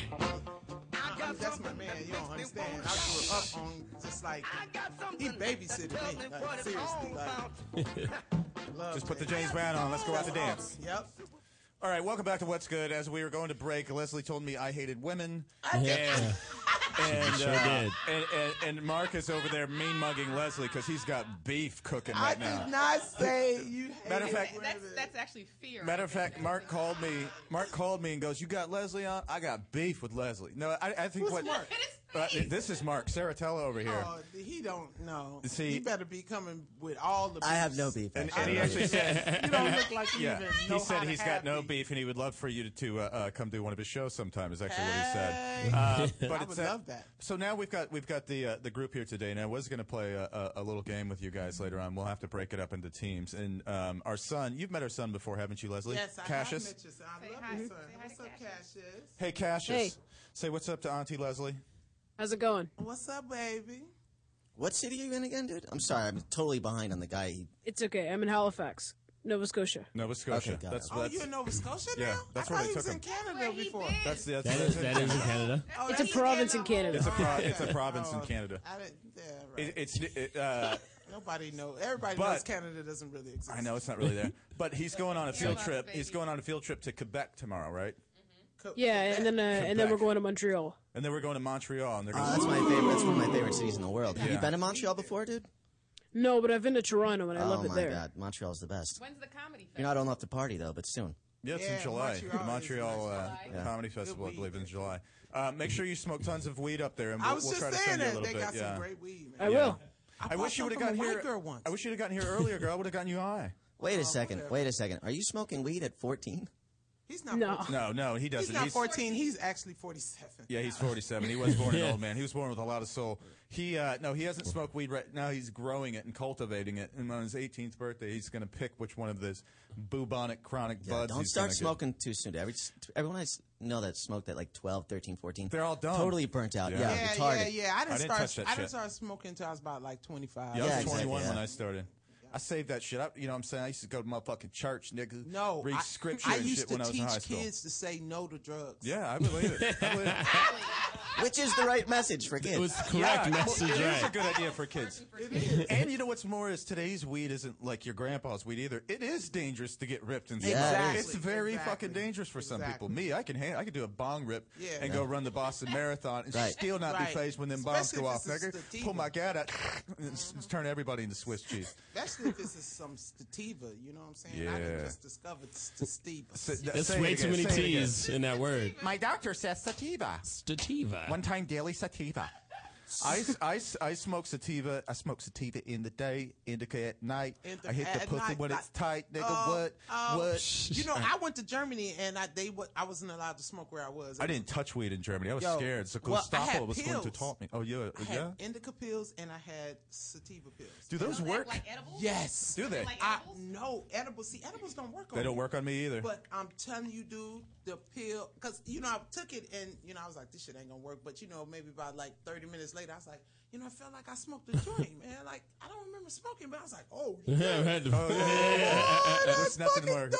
S2: That's my man. You don't understand. I grew up on just like he babysitted me. Like, seriously, like,
S11: <laughs>
S2: love
S4: Just put the James Brown on. Let's go out to dance.
S2: Oh, Yep.
S4: All right, welcome back to What's Good. As we were going to break, Leslie told me I hated women.
S2: <laughs>
S7: <laughs>
S11: Yeah.
S4: And,
S11: She sure
S4: uh,
S11: did.
S4: And, and, and Mark is over there mean mugging Leslie because he's got beef cooking
S2: I
S4: right now.
S2: did not say you.
S4: Matter of
S2: hated
S4: fact-
S2: women.
S5: That's, that's actually fear.
S4: Matter of fact, Mark called me. Mark called me and goes, "You got Leslie on? I got beef with Leslie." No, I, I think
S2: Who's
S4: what
S2: Mark?
S4: Uh, this is Mark Saratella over here.
S2: Oh, he don't know.
S4: See-
S2: he better be coming with all the.
S4: I have
S2: beefs.
S4: no beef, And- and he actually said-
S2: <laughs> "You don't look like you
S4: yeah,
S2: even know
S4: he said
S2: how to
S4: he's
S2: have
S4: got no beef, and he would love for you to, to uh, uh, come do one of his shows sometime. Is actually what he
S2: <laughs>
S4: said. Uh,
S2: I
S4: it's,
S2: would
S4: uh,
S2: love that.
S4: So now we've got we've got the uh, the group here today, and I was going to play a, a, a little game with you guys later on. We'll have to break it up into teams. And um, our son, you've met our son before, haven't you, Leslie?
S2: Yes, I
S4: Cassius.
S2: have met your son. I love your son. What's up, Cassius?
S4: Hey, Cassius.
S2: Hey.
S4: Say what's up to Auntie Leslie.
S8: How's it going?
S2: What's up, baby?
S7: <laughs> What city are you in again, dude? I'm sorry, I'm totally behind on the guy. He
S8: It's okay. I'm in Halifax, Nova Scotia.
S4: Nova Scotia.
S7: Okay, got
S4: that's
S7: it.
S2: Oh, you in Nova Scotia
S4: yeah,
S2: now?
S4: that's
S2: I thought
S4: where they
S2: he
S4: took
S2: was in
S4: him.
S2: Canada before.
S4: That's the that's
S11: That is- that is in Canada.
S7: Oh,
S8: it's a province in Canada.
S4: It's a <laughs> pro-
S2: Oh, <laughs>
S4: it's a
S2: okay.
S4: province in
S2: Oh,
S4: Canada.
S2: I didn't, yeah, right.
S4: It, it's it, uh,
S2: Nobody knows. Everybody
S4: But-
S2: knows Canada doesn't really exist.
S4: I know it's not really there, but he's
S2: <laughs>
S4: going on a field
S2: Yeah.
S4: trip. He's going on a field trip to Quebec tomorrow, right?
S8: Yeah, and then uh, and then we're going to Montreal.
S4: And then we're going to Montreal, and they're going.
S11: Oh,
S7: that's my favorite. <laughs> That's one of my favorite cities in the world. Have you
S4: Yeah.
S7: been to Montreal before, dude?
S8: No, but I've been to Toronto and I
S7: oh
S8: love it
S7: my
S8: there.
S7: god, Montreal's the best.
S5: When's the comedy?
S7: You're not old enough to party though, but soon.
S4: Yeah, it's in
S5: Yeah,
S4: July.
S5: Montreal
S4: Montreal,
S5: is
S4: uh,
S5: nice.
S7: Yeah.
S4: Comedy Festival, I believe, in July. Uh, make sure you smoke tons of weed up there, and we'll,
S2: I was
S4: we'll
S2: just
S4: try to
S2: saying
S4: send you a
S2: that
S4: little
S2: they
S4: bit.
S2: got some
S4: yeah.
S2: great weed, man.
S7: I will.
S4: I, wish you
S2: bought
S4: would have
S2: some
S4: gotten
S2: from a
S4: here.
S2: white girl once.
S4: I wish you'd have gotten here earlier, girl. I would have gotten you high.
S7: Wait a second. Wait a second. Are you smoking weed at 14?
S2: He's not.
S8: No.
S2: 14.
S4: No, no, he doesn't.
S2: He's not
S4: He's-
S2: 14. He's actually 47.
S4: Yeah, he's 47. He was born an old man. He was born with a lot of soul. He uh, no, he hasn't smoked weed right now. He's growing it and cultivating it. And on his 18th birthday, he's going to pick which one of those bubonic chronic
S7: Yeah,
S4: buds.
S7: don't
S4: he's
S7: start
S4: gonna get.
S7: smoking too soon. Every, everyone I s- know that smoked at like 12, 13, 14. They're
S4: all done.
S7: Totally burnt out. Yeah,
S2: yeah,
S7: retarded.
S2: yeah, yeah. I didn't,
S4: I didn't
S2: start.
S4: touch that
S2: I didn't
S4: shit.
S2: start smoking until I was about like 25.
S4: Yeah, I was
S7: Yeah, exactly,
S4: 21 when
S7: yeah.
S4: I started. I saved that shit up. You know what I'm saying? I used to go to my fucking church, nigga.
S2: No,
S4: read
S2: I,
S4: scripture
S2: I
S4: and
S2: used
S4: shit
S2: to
S4: when I was
S2: teach
S4: in high school.
S2: kids to say no to drugs.
S4: Yeah,
S7: <laughs>
S4: I believe <laughs> it. I believe it.
S7: Which is the right message for kids.
S4: Yeah, well, It is a good idea for kids. and you know what's more is today's weed isn't like your grandpa's weed either. It is dangerous to get ripped and smoke.
S2: Exactly.
S4: It's very
S2: Exactly.
S4: fucking dangerous for some
S2: Exactly.
S4: people. Me, I can hand, I can do a bong rip
S2: Yeah.
S4: and go run the Boston Marathon and
S2: Right.
S4: still not be
S2: Right.
S4: phased when them
S2: Especially
S4: bombs
S2: if
S4: go off,
S2: it's a
S4: nigga.
S2: sativa.
S4: Pull my gat out and s- turn everybody into Swiss cheese.
S2: Especially if this is some sativa. You know what I'm saying? I done
S4: Yeah.
S2: just discovered sativa.
S11: That's way too many T's in that word.
S4: My doctor says sativa.
S11: Sativa.
S4: One time daily sativa. I, I, I smoke sativa. I smoke sativa in the day, indica at night.
S2: In the-
S4: I hit the
S2: at
S4: pussy
S2: night,
S4: when
S2: like-
S4: it's tight, nigga.
S2: Oh,
S4: what?
S2: oh.
S4: what? <laughs>
S2: You know, I went to Germany and I they wa- I wasn't allowed to smoke where I was.
S4: I didn't touch weed in Germany. I was
S2: Yo,
S4: scared. So
S2: well, I had
S4: Gustavo was going to
S2: pills.
S4: taunt me. Oh yeah,
S2: I had
S4: yeah.
S2: indica pills and I had sativa pills.
S4: Do those work?
S2: Yes.
S4: Do they?
S2: I, no, edibles. See, edibles don't work on
S4: They don't work on me either.
S2: But I'm telling you, dude, the pill, because, you know, I took it and, you know, I was like, this shit ain't going to work. But, you know, maybe about like 30 minutes later, I was like, you know, I felt like I smoked a joint, <laughs> man. Like, I don't remember smoking, but I was like, oh,
S4: <laughs>
S2: <laughs>
S7: <laughs>
S11: Yeah, right.
S4: Oh, yeah, yeah, yeah, yeah, yeah.
S2: Oh, <laughs>
S4: There's
S2: that's
S4: nothing
S2: fucking
S4: more-
S2: dope.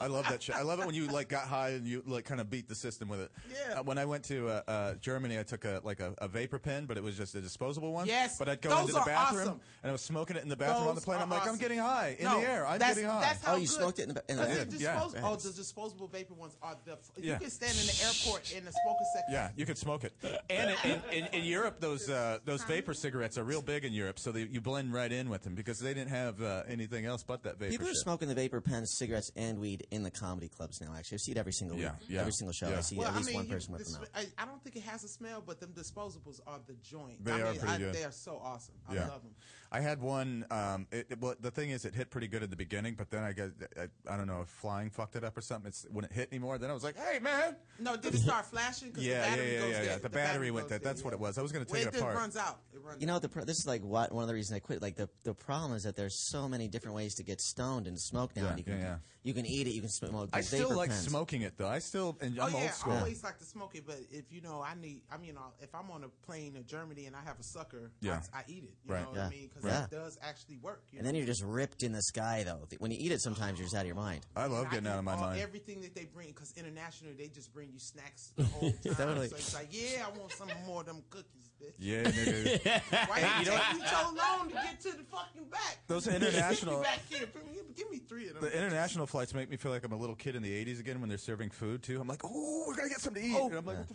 S4: I love that shit. I love it when you like got high and you like kind of beat the system with it.
S2: Yeah.
S4: Uh, when I went to uh, uh, Germany, I took a like a, a vapor pen, but it was just a disposable one.
S2: Yes.
S4: But I'd go
S2: Those
S4: into the
S2: are
S4: bathroom
S2: awesome.
S4: and I was smoking it in the bathroom on the
S2: Those
S4: plane.
S2: are
S4: I'm like, I'm
S2: awesome.
S4: getting high in
S2: No,
S4: the air. I'm
S2: that's,
S4: getting high.
S2: That's how
S7: Oh, you
S2: good-
S7: smoked it in the- in the-
S2: 'cause
S7: I
S2: the
S7: did, yeah.
S2: dispos-
S4: Yeah.
S2: Oh, the disposable vapor ones are the.
S4: Yeah.
S2: You can stand in the airport in the smoker section.
S4: Yeah, you could smoke it. And in, in, in, in Europe, those uh, those vapor cigarettes are real big in Europe, so they, you blend right in with them because they didn't have uh, anything else but that vapor.
S7: People are
S4: shit.
S7: smoking the vapor pens, cigarettes, and weed in the comedy clubs now. Actually, I see it every single
S4: Yeah,
S7: week,
S4: yeah,
S7: every single show.
S4: yeah.
S7: I see
S4: Well,
S7: at
S4: I
S7: least
S4: mean,
S7: one
S4: you-
S7: person with
S2: This-
S7: them out.
S2: I, I don't think it has a smell, but them disposables are the joint.
S4: They
S2: I
S4: are
S2: mean,
S4: pretty
S2: I,
S4: good.
S2: They are so awesome. I
S4: yeah.
S2: love them.
S4: I had one. Um, it, it- well, the thing is, it hit pretty good at the beginning, but then I got, I, I don't know, if flying fucked it up or something. It's wouldn't hit anymore. Then I was like, hey man.
S2: No, did it start flashing? 'Cause the
S4: Yeah, yeah,
S2: battery
S4: yeah,
S2: goes
S4: yeah,
S2: dead.
S4: yeah. The, battery, went
S2: goes
S4: dead.
S2: dead,
S4: That's what
S2: yeah.
S4: it was. I was going to
S2: Well,
S4: take
S2: it
S4: it
S2: just
S4: apart.
S2: runs out. It runs
S7: You know, the pro- this is like what, one of the reasons I quit. Like the the problem is that there's so many different ways to get stoned and smoke now.
S4: Yeah,
S7: and you can
S4: yeah, yeah.
S7: you can eat it, you can smoke.
S4: I
S7: the
S4: still
S7: vapor
S4: like
S7: pens.
S4: smoking it though. I still, and
S2: oh
S4: I'm
S2: yeah,
S4: old
S2: I
S4: school.
S2: always like to smoke it, but if you know, I need. I mean, I'll- if I'm on a plane to Germany and I have a sucker,
S7: Yeah.
S2: I, I eat it. You
S7: Right.
S2: know what
S7: Yeah.
S2: I mean? Because
S7: Right.
S2: it does actually work. You
S7: And then
S2: know?
S7: you're just ripped in the sky though. Th- When you eat it, sometimes you're just out of your mind.
S4: I love
S2: I eat all- Everything that they bring, because internationally they just bring you snacks the
S4: <laughs>
S2: whole time.
S7: Totally.
S2: So it's like, yeah, I want some more of them cookies, bitch.
S4: Yeah, nigga.
S2: <laughs> Why
S4: Hey,
S2: you
S4: you know-
S2: take me so long to get to the fucking back? <laughs>
S4: Those
S2: Get me
S4: international-
S2: back here. Give me- Give me three of them.
S4: The international flights make me feel like I'm a little kid in the '80s again when they're serving food too. I'm like, oh, we're gonna get something to eat. and I'm like, what the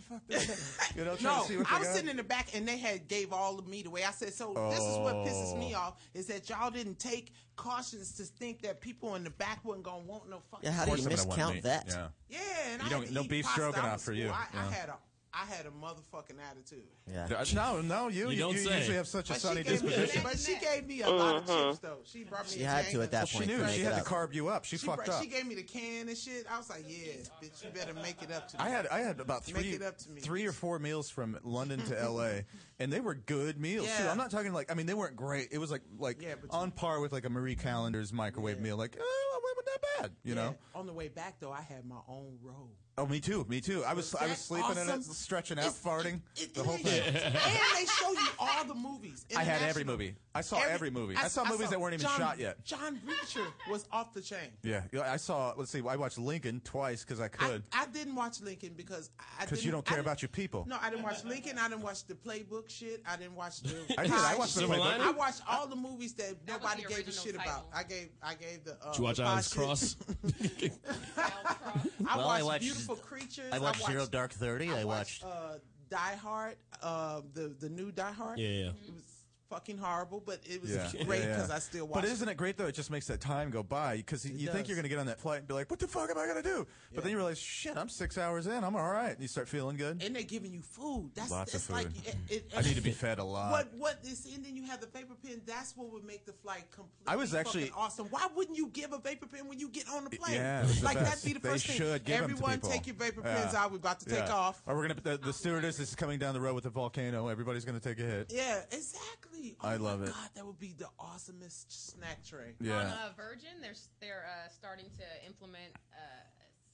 S2: <laughs>
S4: fuck? You know, trying
S2: no,
S4: to see what they
S2: I was
S4: got.
S2: sitting in the back and they had gave all of me away. I said, so this is what pisses me
S4: Oh.
S2: off is that y'all didn't take cautions to think that people in the back wasn't gonna want no fucking.
S7: Yeah, how
S4: Of
S7: do
S4: course
S7: you
S4: I'm gonna want
S7: miscount
S4: meat.
S7: that?
S4: Yeah.
S2: Yeah, and
S4: You
S2: I
S4: don't-
S2: had to
S4: no
S2: eat
S4: beef
S2: pasta. I
S4: stroganoff
S2: was
S4: for
S2: cool.
S4: you.
S2: I,
S4: Yeah.
S2: I had a, I had a motherfucking attitude.
S4: Yeah. No, no, you,
S11: You
S4: you,
S11: don't
S4: you
S11: say.
S4: usually have such a
S2: But
S4: sunny
S2: she gave me-
S4: disposition.
S2: but she gave me a lot of
S4: Uh-huh.
S2: chips though. She brought me.
S7: Mm-hmm. She
S2: a
S7: had
S2: can
S7: to at
S2: of-
S7: that point.
S4: She knew
S7: to make
S4: she
S7: it
S4: had to
S7: up.
S4: carve you up. She,
S2: She,
S4: fucked
S2: brought-
S4: up.
S2: she gave me the can and shit. I was like, yeah, bitch, you better make it up to me.
S4: I had I had about three
S2: Make
S4: <laughs>
S2: it up to me.
S4: three or four meals from London
S2: <laughs>
S4: to L.A. and they were good meals too.
S2: Yeah.
S4: I'm not talking like I mean they weren't great. It was like like on par with like a Marie Callender's microwave meal. Like oh, it wasn't that bad, you know.
S2: On the way back though, I had my own roll.
S4: Oh, me too, me too. I was,
S2: Was
S4: I was
S2: that
S4: sleeping in it,
S2: awesome?
S4: stretching out,
S2: It's-
S4: farting the whole
S2: and they-
S4: thing.
S2: <laughs> and they show you all the movies.
S4: I had every
S2: International.
S4: movie. I saw every, movie. I, saw movies that weren't even
S2: John-
S4: shot yet.
S2: John Reacher was off the chain.
S4: Yeah, yeah, I saw. Let's see. I watched Lincoln twice because I could.
S2: I didn't watch Lincoln because I
S4: Because
S2: didn't.
S4: you don't care
S2: I
S4: about your people.
S2: didn't- No, I didn't watch Lincoln. I didn't watch the Playbook shit. I didn't watch the.
S4: <laughs> I did, I watched the
S2: Silver
S4: Playbook.
S2: Lining? I watched all the movies that, nobody gave a shit about. I gave. I gave the. Uh,
S11: Did you watch
S2: the
S11: Islands
S2: <laughs> Bosch
S11: Cross?
S4: <laughs>
S2: I,
S11: Well, I
S2: watched
S11: watched-
S2: Beautiful Creatures.
S11: I watched Zero Dark Thirty, I
S2: uh, Die Hard, uh, the the new Die Hard.
S4: Yeah, yeah.
S2: It was fucking horrible, but it was
S4: Yeah,
S2: great
S4: yeah, yeah.
S2: because I still watched.
S4: But isn't it great though? It just makes that time go by because you
S2: does.
S4: think you're going to get on that flight and be like, "What the fuck am I going to do?" But then you realize, "Shit, I'm six hours in. I'm all right." And you start feeling good.
S2: And they're giving you food. That's,
S4: Lots of
S2: that's like
S4: food.
S2: it, it-
S4: I need to be fed a lot.
S2: What what this and then you have the paper pen. That's what would make the flight completely.
S4: I was
S2: fucking
S4: actually-
S2: awesome. Why wouldn't you give a vapor pen when you get on the plane?
S4: Yeah, it was the
S2: like that'd
S4: best.
S2: be the
S4: They
S2: first thing.
S4: should give 'em to
S2: Everyone
S4: people.
S2: take your vapor
S4: Yeah.
S2: pens out. We're about to take
S4: Yeah.
S2: off.
S4: Or we're gonna the, the stewardess is coming down the road with a volcano. Everybody's going to take a hit.
S2: Yeah, exactly. Oh my
S4: I love it.
S2: God, that would be the awesomest snack tray.
S4: Yeah.
S5: On uh, Virgin, they're s- they're uh, starting to implement uh,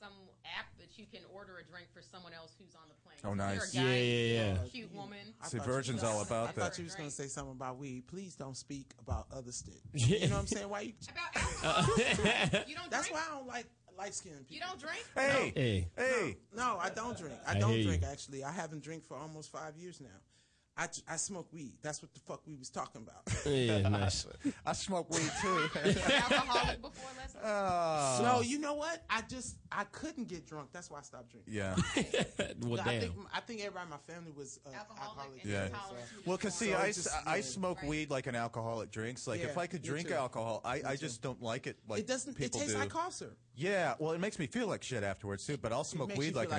S5: some app that you can order a drink for someone else who's on the plane.
S4: Oh,
S5: Is there a
S4: nice.
S5: guy,
S4: Yeah, yeah, yeah.
S5: a Cute woman.
S2: I
S4: See,
S2: thought you
S4: Virgin's
S2: was-
S4: all about
S2: I thought
S4: that.
S2: you was gonna say something about weed. Please don't speak about
S5: <laughs>
S2: other stuff. You know what I'm saying? Why you? <laughs>
S5: you don't
S2: That's why I don't like light skinned people.
S5: You don't drink?
S2: Hey,
S11: Hey.
S4: hey.
S2: No, I don't drink. I
S11: I
S2: don't
S11: hear you.
S2: drink. Actually, I haven't drank for almost five years now. I, I smoke weed. That's what the fuck we was talking about.
S11: Yeah, nice.
S4: <laughs> I smoke weed
S2: <laughs>
S4: too.
S5: Alcoholic before
S4: <laughs>
S5: Leslie?
S4: Oh.
S2: no, you know what? I just I couldn't get drunk. That's why I stopped drinking. <laughs>
S4: Yeah.
S11: <laughs> well,
S2: I
S11: damn.
S2: think I think everybody in my family was uh, alcoholic.
S4: Yeah. Well, because see,
S2: So
S4: I,
S2: it's just,
S4: I
S2: yeah.
S4: smoke weed like an alcoholic drinks. Like,
S2: Yeah,
S4: if I could
S2: me
S4: drink
S2: too.
S4: alcohol, I,
S2: Me
S4: I
S2: too.
S4: just don't like it. Like
S2: it doesn't. It
S4: people
S2: tastes
S4: do.
S2: like cough syrup.
S4: Yeah, well, it makes me feel like shit afterwards too. But I'll
S2: It
S4: smoke
S2: makes you
S4: weed
S2: feel
S4: like an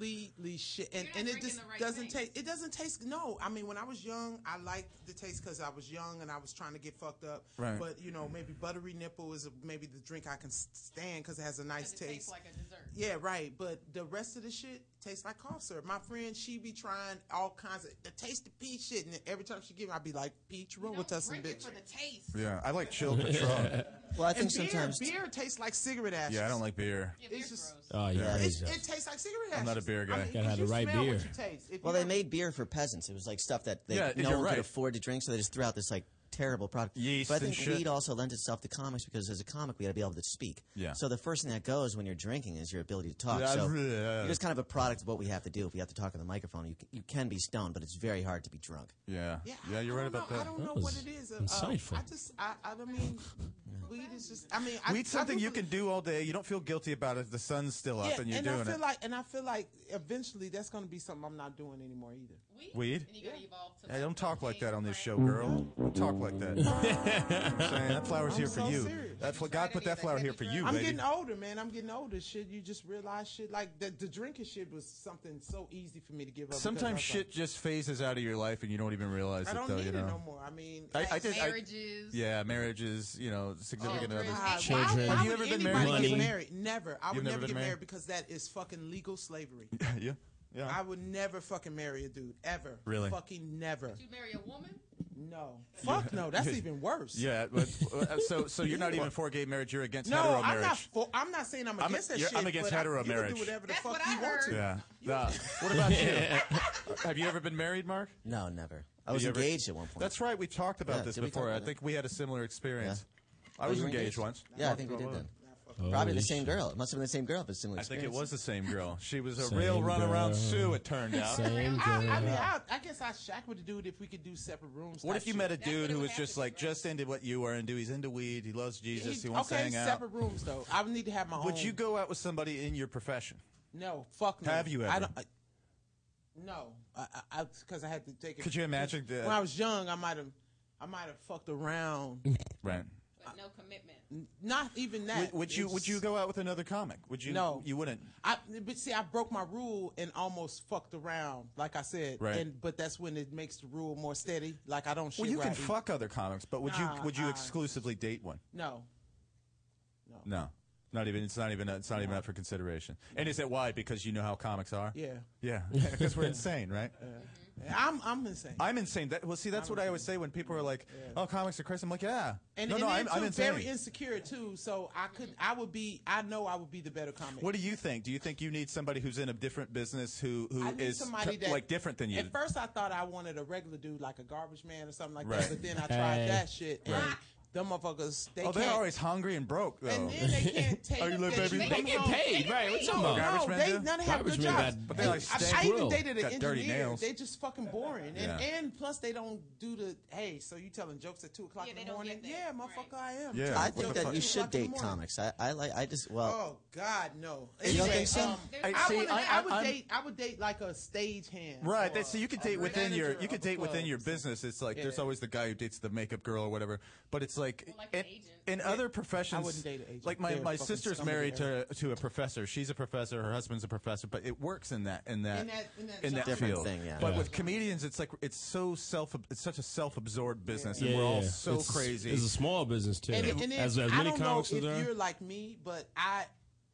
S2: <laughs> Completely shit, and, and it just doesn't taste. It doesn't taste. No, I mean when I was young, I liked the taste because I was young and I was trying to get fucked up.
S4: Right.
S2: But you know, maybe buttery nipple is maybe the drink I can s- stand because it has a nice
S5: It
S2: taste.
S5: tastes like a dessert.
S2: yeah, right. But the rest of the shit tastes like cough syrup. My friend, she be trying all kinds of the taste of peach shit, and every time she give, me, I be like, peach roll with us some
S5: Drink it
S2: bitch.
S5: for the taste.
S4: Yeah, I like
S2: <laughs>
S4: chill Patron.
S7: Well, I
S2: And
S7: think
S2: beer,
S7: sometimes.
S2: beer tastes like cigarette ashes.
S4: yeah, I don't like beer.
S2: It's just
S7: Oh
S4: yeah.
S2: it's, it tastes like cigarette ashes.
S4: I'm not a beer guy.
S2: I mean,
S7: Gotta have
S2: you
S7: the right
S2: smell what
S7: beer.
S2: you taste. If
S7: Well,
S2: you
S7: they
S2: don't-
S7: made beer for peasants. It was like stuff that they,
S4: Yeah,
S7: no
S4: you're
S7: one
S4: right.
S7: could afford to drink, so they just threw out this like terrible product.
S4: Yeast
S7: but I
S4: and
S7: think
S4: shit.
S7: weed also lends itself to comics because as a comic, we got to be able to speak.
S4: Yeah.
S7: So the first thing that goes when you're drinking is your ability to talk.
S4: Yeah,
S7: so
S4: really, yeah.
S7: you're just kind of a product of what we have to do. If we have to talk on the microphone, you, c- you can be stoned, but it's very hard to be drunk.
S4: Yeah. Yeah, you're right about that.
S2: I don't know what it is. Uh, I just, I, I don't mean, weed is just. I mean, I,
S4: Weed's something
S2: I do
S4: you can do all day. You don't feel guilty about it if the sun's still up
S2: Yeah,
S4: and you're
S2: and
S4: doing
S2: I feel
S4: it.
S2: like, and I feel like eventually that's going to be something I'm not doing anymore either.
S4: Weed? Yeah, don't talk like that on this show, girl. Don't talk like <laughs> that. I'm saying <laughs> that flower's
S2: I'm
S4: here for
S2: so
S4: you.
S2: serious.
S4: That fl- God put that flower here for you,
S2: I'm
S4: baby.
S2: getting older, man. I'm getting older. Shit, you just realize shit like the, the drinking shit was something so easy for me to give up. because I
S4: Sometimes
S2: was
S4: shit just phases out of your life and you don't even realize
S2: like, I don't
S4: it, though.
S2: need
S4: you know.
S2: it no more. I mean,
S4: I- I
S2: like,
S4: did- I- Yeah, marriages. You know, significant
S2: Oh,
S4: others,
S2: God, Why, why
S4: Have you
S2: would
S4: ever been
S2: anybody
S4: married?
S2: Get married? Never. I
S4: You've
S2: would
S4: never
S2: never,
S4: been
S2: get
S4: married?
S2: married because that is fucking legal slavery.
S4: <laughs> yeah. Yeah.
S2: I would never fucking marry a dude ever.
S4: Really?
S2: Fucking never.
S5: Would you marry a woman?
S2: No. Fuck no.
S4: <laughs>
S2: That's even worse.
S4: Yeah. but- uh, so, so
S2: <laughs>
S4: you're not even for gay marriage. You're against
S2: No,
S4: hetero
S2: I'm
S4: marriage.
S2: not. For, I'm not saying I'm
S4: I'm-
S2: against that
S4: you're-
S2: shit.
S4: I'm against
S2: but I-
S4: hetero
S2: you can
S4: marriage.
S2: do whatever the fuck you want to.
S4: Yeah.
S2: <laughs>
S4: Nah. What about you? <laughs> Have you ever been married, Mark?
S7: No, never. I
S4: Have
S7: was
S4: you ever-
S7: engaged at one point.
S4: That's right. We talked about
S7: Yeah,
S4: this
S7: did we
S4: before.
S7: talk
S4: I
S7: about
S4: think we had a similar experience. I
S7: Oh,
S4: was
S7: you were engaged?
S4: engaged, once.
S7: Yeah, I think we did then. Probably the same girl. It must have been the same girl, but similar.
S4: I think it
S7: experience.
S4: was the same girl. She was a real runaround Sue. It turned out.
S2: I, I mean, I, I guess I shack with the dude if we could do separate rooms.
S4: What
S2: type
S4: if you
S2: shit.
S4: met a dude who was just like just into what you were into? He's into weed. He loves Jesus. He wants
S2: okay,
S4: to hang out.
S2: separate rooms though. I would need to have my
S4: Would
S2: own.
S4: you go out with somebody in your profession?
S2: No, fuck no.
S4: Have you ever?
S2: I don't. I, no, I because I, had to take. it.
S4: Could you imagine that-
S2: When I was young, I might have, I might have fucked around.
S4: right.
S5: But no commitment.
S2: Not even that.
S4: Would, would you Would you go out with another comic? Would you?
S2: No.
S4: you wouldn't.
S2: I, but see, I broke my rule and almost fucked around, like I said.
S4: Right.
S2: And but that's when it makes the rule more steady. Like I don't. Shit
S4: Well, you
S2: where
S4: can
S2: I eat.
S4: fuck other comics, but would you
S2: Nah,
S4: Would you
S2: uh,
S4: exclusively date one?
S2: No.
S4: No. Not even. It's not even. It's not even up for consideration. And is it why? Because you know how comics are.
S2: Yeah.
S4: Yeah. <laughs> Because we're insane, right?
S2: I'm I'm insane.
S4: I'm insane. That, well, see, that's what I always say when people are like, "Oh, comics are crazy." I'm like, "Yeah."
S2: And,
S4: no,
S2: and then
S4: no, I'm,
S2: too,
S4: I'm insane.
S2: very insecure too. So I could, I would be, I know I would be the better comic.
S4: What do you think? Do you think you need somebody who's in a different business who who
S2: I need
S4: is
S2: somebody
S4: co-
S2: that-
S4: like different than you?
S2: At first, I thought I wanted a regular dude, like a garbage man or something like
S4: Right.
S2: that. But then I tried
S4: Hey.
S2: that shit, and
S4: Right.
S2: them motherfuckers, they
S4: oh, they're
S2: can't.
S4: always hungry and broke. Though.
S2: And then they can't take
S4: <laughs> Are you little
S2: that
S4: baby?
S2: you come home. no,
S4: up?
S2: No, they none have good jobs.
S4: but they like
S2: I, I even dated an
S4: Got dirty
S2: engineer.
S4: nails.
S2: They just fucking boring, and
S4: Yeah.
S2: and plus they don't do the hey. So you telling jokes at two o'clock in the morning? Yeah, motherfucker, I am. telling
S7: I
S2: jokes
S7: think
S2: at
S7: that you
S2: two o'clock
S7: should
S2: in the
S7: date
S2: morning.
S7: comics. I, I like. I just well.
S2: Oh God, no!
S7: You don't think so?
S2: um,
S7: There's-
S2: I,
S7: I- see,
S2: wanna-
S7: I-
S2: I would
S7: I'm-
S2: date. I would date like a stage hand.
S4: Right, that, so you could date within your you
S2: could
S4: could date within your business. It's like there's
S2: Yeah.
S4: always the guy who dates the makeup girl or whatever. But it's like, in, in other professions,
S2: wouldn't date an agent.
S4: like my,
S2: They're
S4: my
S2: fucking
S4: sister's
S2: scum of the
S4: married to
S2: earth.
S4: to a professor. She's a professor. Her husband's a professor. But it works in that in that
S2: In that- in that
S4: in that
S2: genre.
S4: field.
S2: Different thing, yeah.
S4: But
S2: Yeah.
S4: with comedians, it's like it's so self it's such a self absorbed business,
S10: Yeah,
S4: and we're
S10: yeah,
S4: all
S10: yeah.
S4: so
S10: It's-
S4: crazy.
S10: It's a small business too.
S2: And, and then,
S10: as, as
S2: I
S10: many
S2: don't
S10: comics
S2: know
S10: as
S2: if
S10: there are.
S2: you're like me, but I,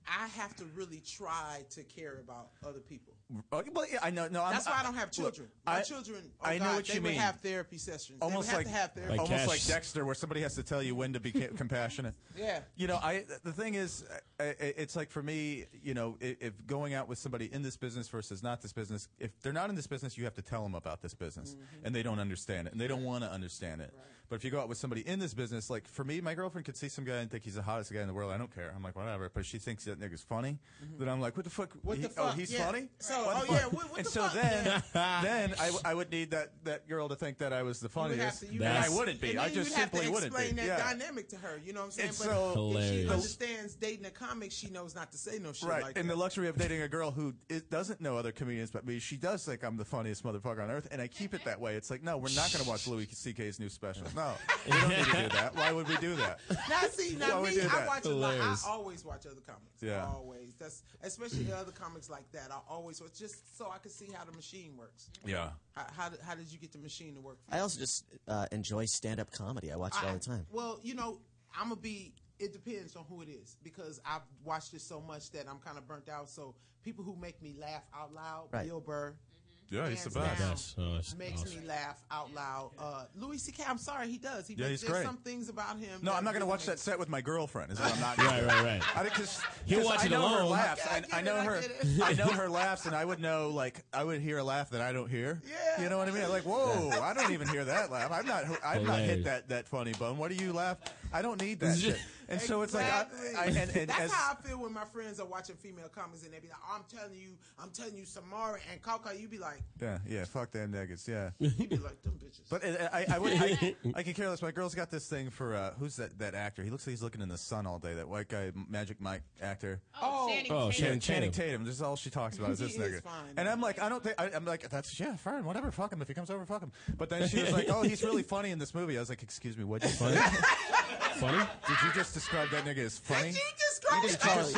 S2: I have to really try to care about other people.
S4: Oh, well, yeah, I know. No, I'm,
S2: That's why I don't have
S4: look,
S2: children. My
S4: I-
S2: children, oh
S4: I know
S2: God,
S4: what
S2: they
S4: you
S2: would
S4: mean.
S2: have therapy sessions. They would
S4: Almost
S2: have
S4: like,
S2: to have therapy.
S4: almost like Dexter, where somebody has to tell you when to be ca- <laughs> compassionate.
S2: Yeah.
S4: You know, I the thing is, I, I- it's like for me, you know, i- if going out with somebody in this business versus not this business, if they're not in this business, you have to tell them about this business,
S2: Mm-hmm.
S4: and they don't understand it, and they don't want to understand it. But if you go out with somebody in this business, like for me, my girlfriend could see some guy and think he's the hottest guy in the world. I don't care. I'm like whatever. But she thinks that nigga's funny. Then I'm like, what the fuck?
S2: Mm-hmm. What
S4: He-
S2: the fuck?
S4: Oh, he's
S2: Yeah.
S4: funny.
S2: So, oh,
S4: What the fuck?
S2: yeah, what- what
S4: and
S2: the
S4: so
S2: fuck?
S4: then,
S2: <laughs>
S4: then I, w- I would need that that girl to think that I was the
S2: You would have
S4: funniest.
S2: to- you
S4: and
S2: would have
S4: I
S2: to-
S4: wouldn't be.
S2: and
S4: I
S2: then
S4: just
S2: you'd have
S4: simply
S2: to
S4: wouldn't
S2: explain
S4: be.
S2: that
S4: Yeah.
S2: dynamic to her. You know what I'm saying?
S4: It's
S2: but
S4: so-
S2: if
S4: Hilarious.
S2: she understands dating a comic, she knows not to say no shit
S4: Right,
S2: like
S4: and
S2: that.
S4: the luxury of dating a
S11: <laughs>
S4: girl who it doesn't know other comedians but me, she does think I'm the funniest motherfucker on earth, and I keep it that way. It's like, no, we're not going to watch Louis C.K.'s new special.
S11: <laughs>
S4: No, we don't need to do that. Why would we do that?
S2: Now
S4: <laughs>
S2: see, now
S4: Why would
S2: me,
S4: we do
S2: I
S4: that?
S2: watch a lot. I
S4: Hilarious.
S2: always watch other comics.
S4: Yeah.
S2: always. That's especially the other comics like that. I always watch just so I can see how the machine works.
S4: Yeah.
S2: How how, did- how did you get the machine to work? For you?
S7: I also just uh, enjoy stand-up comedy. I watch it all the time.
S2: Well, you know, I'm gonna be. It depends on who it is because I've watched it so much that I'm kind of burnt out. So people who make me laugh out loud,
S7: Right.
S2: Bill Burr,
S4: Mm-hmm. Yeah, he's the
S2: hands
S4: best.
S2: down.
S4: Best. Oh, that's
S2: Makes
S4: awesome.
S2: me laugh out loud. Uh, Louis C.K. I'm sorry, he does. He
S4: Yeah,
S2: but
S4: he's
S2: there's
S4: great.
S2: Some things about him.
S4: No,
S2: that
S4: I'm not going to
S2: really
S4: watch that set with my girlfriend. Is what I'm
S11: <laughs>
S4: not.
S11: Right,
S4: gonna do.
S11: right, right.
S4: I because
S11: He'll
S4: because
S11: watch
S4: I
S11: it
S4: know her
S11: alone.
S4: laughs.
S11: Okay,
S4: I, I know her.
S11: it.
S4: I know
S11: <laughs>
S4: her laughs, and I would know like I would hear a laugh that I don't hear. Yeah. You know what I mean? Like, whoa! I don't even hear that laugh. I'm not. I'm not hit
S11: Hilarious.
S4: that that funny bone. What do you laugh? I don't
S11: <laughs>
S4: need that shit. And so it's like, I,
S2: Exactly.
S4: I, and, and
S2: that's
S4: as,
S2: how I feel when my friends are watching female comics and they be like, "Oh, "I'm telling you, I'm telling you, Samara and Kaka." You be like,
S4: Yeah, yeah, fuck them nuggets, yeah.
S2: like them bitches.
S4: But uh, I, I, would, I, I could care less. My girl's got this thing for uh, who's that, that actor? He looks like he's looking in the sun all day. That white guy, Magic Mike actor.
S2: "Oh,
S4: Yeah, Channing Tatum. This is all she talks about
S2: <laughs>
S4: is this
S2: He is
S4: nigga.
S2: fine.
S4: And I'm like, I don't think I, I'm like that's yeah, fine, whatever. Fuck him if he comes over, fuck him. But then she was like, oh,
S7: <laughs>
S4: he's really funny in this movie. I was like, excuse me, what? Funny? <laughs> funny? Did you just describe that nigga as funny?
S2: Did you describe
S4: Did you just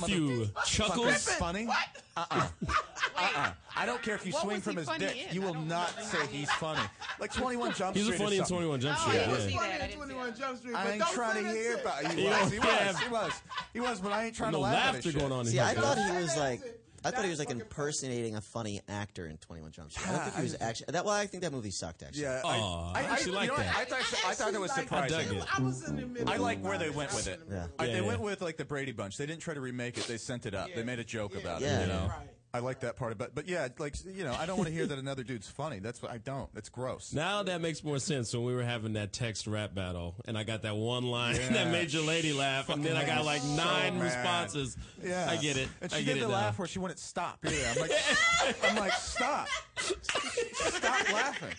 S4: say that
S10: Phew.
S4: motherfucker's
S10: Chuckles?
S4: funny?
S10: What?
S6: <laughs>
S4: Uh-uh. Uh-uh. I don't care if you
S10: What
S4: swing
S10: was
S4: from
S10: he
S4: his
S10: funny
S4: dick.
S10: in?
S4: You will not say he's funny. Like 21 Jump
S10: He's a
S4: Street.
S10: funny in
S4: or something.
S10: 21 Jump Street, yeah.
S2: "Oh, Funny in 21 Jump Street, but
S4: I ain't
S2: don't
S4: trying
S2: say
S4: to
S2: that
S4: hear
S2: shit.
S4: about
S10: You
S4: He was. He
S10: don't
S4: was.
S10: have-
S4: He was. He was, but I ain't trying
S10: No
S4: to laugh at his
S10: laughter
S4: shit.
S10: going on
S7: See, I thought he was like. I thought he was like impersonating a funny actor in Twenty One Jump Street. I don't think he was actually. That, well, I think that movie sucked actually.
S4: Yeah, I- Aw, Oh, I- I I- actually you like know what? that. I thought- I thought it was surprising. I dug it. I was in the middle. I like where they went with it.
S7: Yeah.
S4: I-
S7: Yeah,
S4: they
S7: yeah.
S4: went with like the Brady Bunch. They didn't try to remake it. They sent it up. They made a joke about
S7: Yeah.
S4: it. You know.
S7: Right.
S4: I like that part, but but yeah, like you know, I don't want to hear that another dude's funny. That's what I don't. That's gross.
S10: Now that makes more sense when we were having that text rap battle and I got that one line <laughs>
S4: Yeah.
S10: that made your lady laugh and then I got like
S4: Fucking
S10: nine
S4: so mad.
S10: responses.
S4: Yeah,
S10: I get it.
S4: And she
S10: I get
S4: did
S10: it
S4: the
S10: now.
S4: laugh where she wouldn't stop. Yeah, I'm like, I'm like, stop, stop laughing,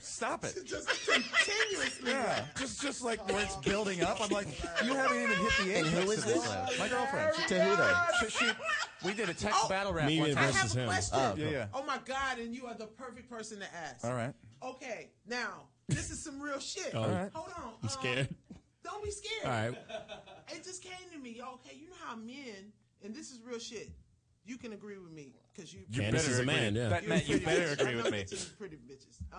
S4: stop it.
S2: Just continuously.
S4: Yeah, just just like where it's building up. I'm like, you haven't even hit the
S7: And
S4: apex.
S7: who
S4: of
S7: is this?
S4: My girlfriend. She,
S7: To who though?
S4: she, she, we did a text
S2: Oh,
S4: battle rap.
S7: me
S4: one time.
S7: versus him. Oh,
S4: yeah, yeah.
S2: Oh my God! And you are the perfect person to ask.
S4: All right.
S2: Okay, now this is some real
S10: <laughs>
S2: shit.
S10: Oh. All right.
S2: Hold on. Um,
S10: I'm scared.
S2: Don't be scared.
S10: All right.
S2: <laughs> It just came to me. Okay, you know how men, and this is real shit. You can agree with me because you.
S10: You And this better is a agree. man, yeah. That meant you
S2: pretty
S10: better
S2: bitch.
S10: agree
S2: I know
S10: with me.
S2: bitches is Pretty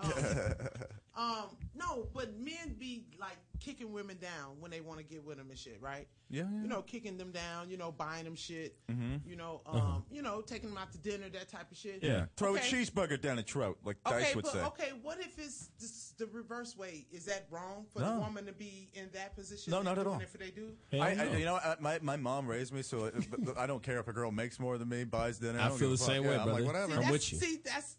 S2: bitches.
S10: <laughs>
S2: Um, um, no, but men be like kicking women down when they want to get with them and shit, right?
S4: Yeah, yeah.
S2: You know, kicking them down. You know, buying them shit.
S10: Mm-hmm.
S4: Mhm.
S2: You know, um,
S4: Uh-huh.
S2: you know, taking them out to dinner, that type of shit.
S4: Yeah. Throw
S2: Okay.
S4: a cheeseburger down a throat, like
S2: Okay,
S4: Dice would
S2: but
S4: say.
S2: okay, what if it's this, the reverse way? Is that wrong for the
S4: No.
S2: woman to be in that position?
S4: No,
S2: and
S4: not at
S2: doing
S4: all.
S2: If they do,
S4: I, I, you know, I, my my mom raised me, so it, but- but I don't care if a girl makes more than me, buys dinner.
S10: I
S4: don't
S10: feel
S4: give a
S10: the same
S4: fuck.
S10: way,
S4: yeah, I'm
S10: brother.
S4: like,
S2: see,
S4: whatever.
S2: that's, See, that's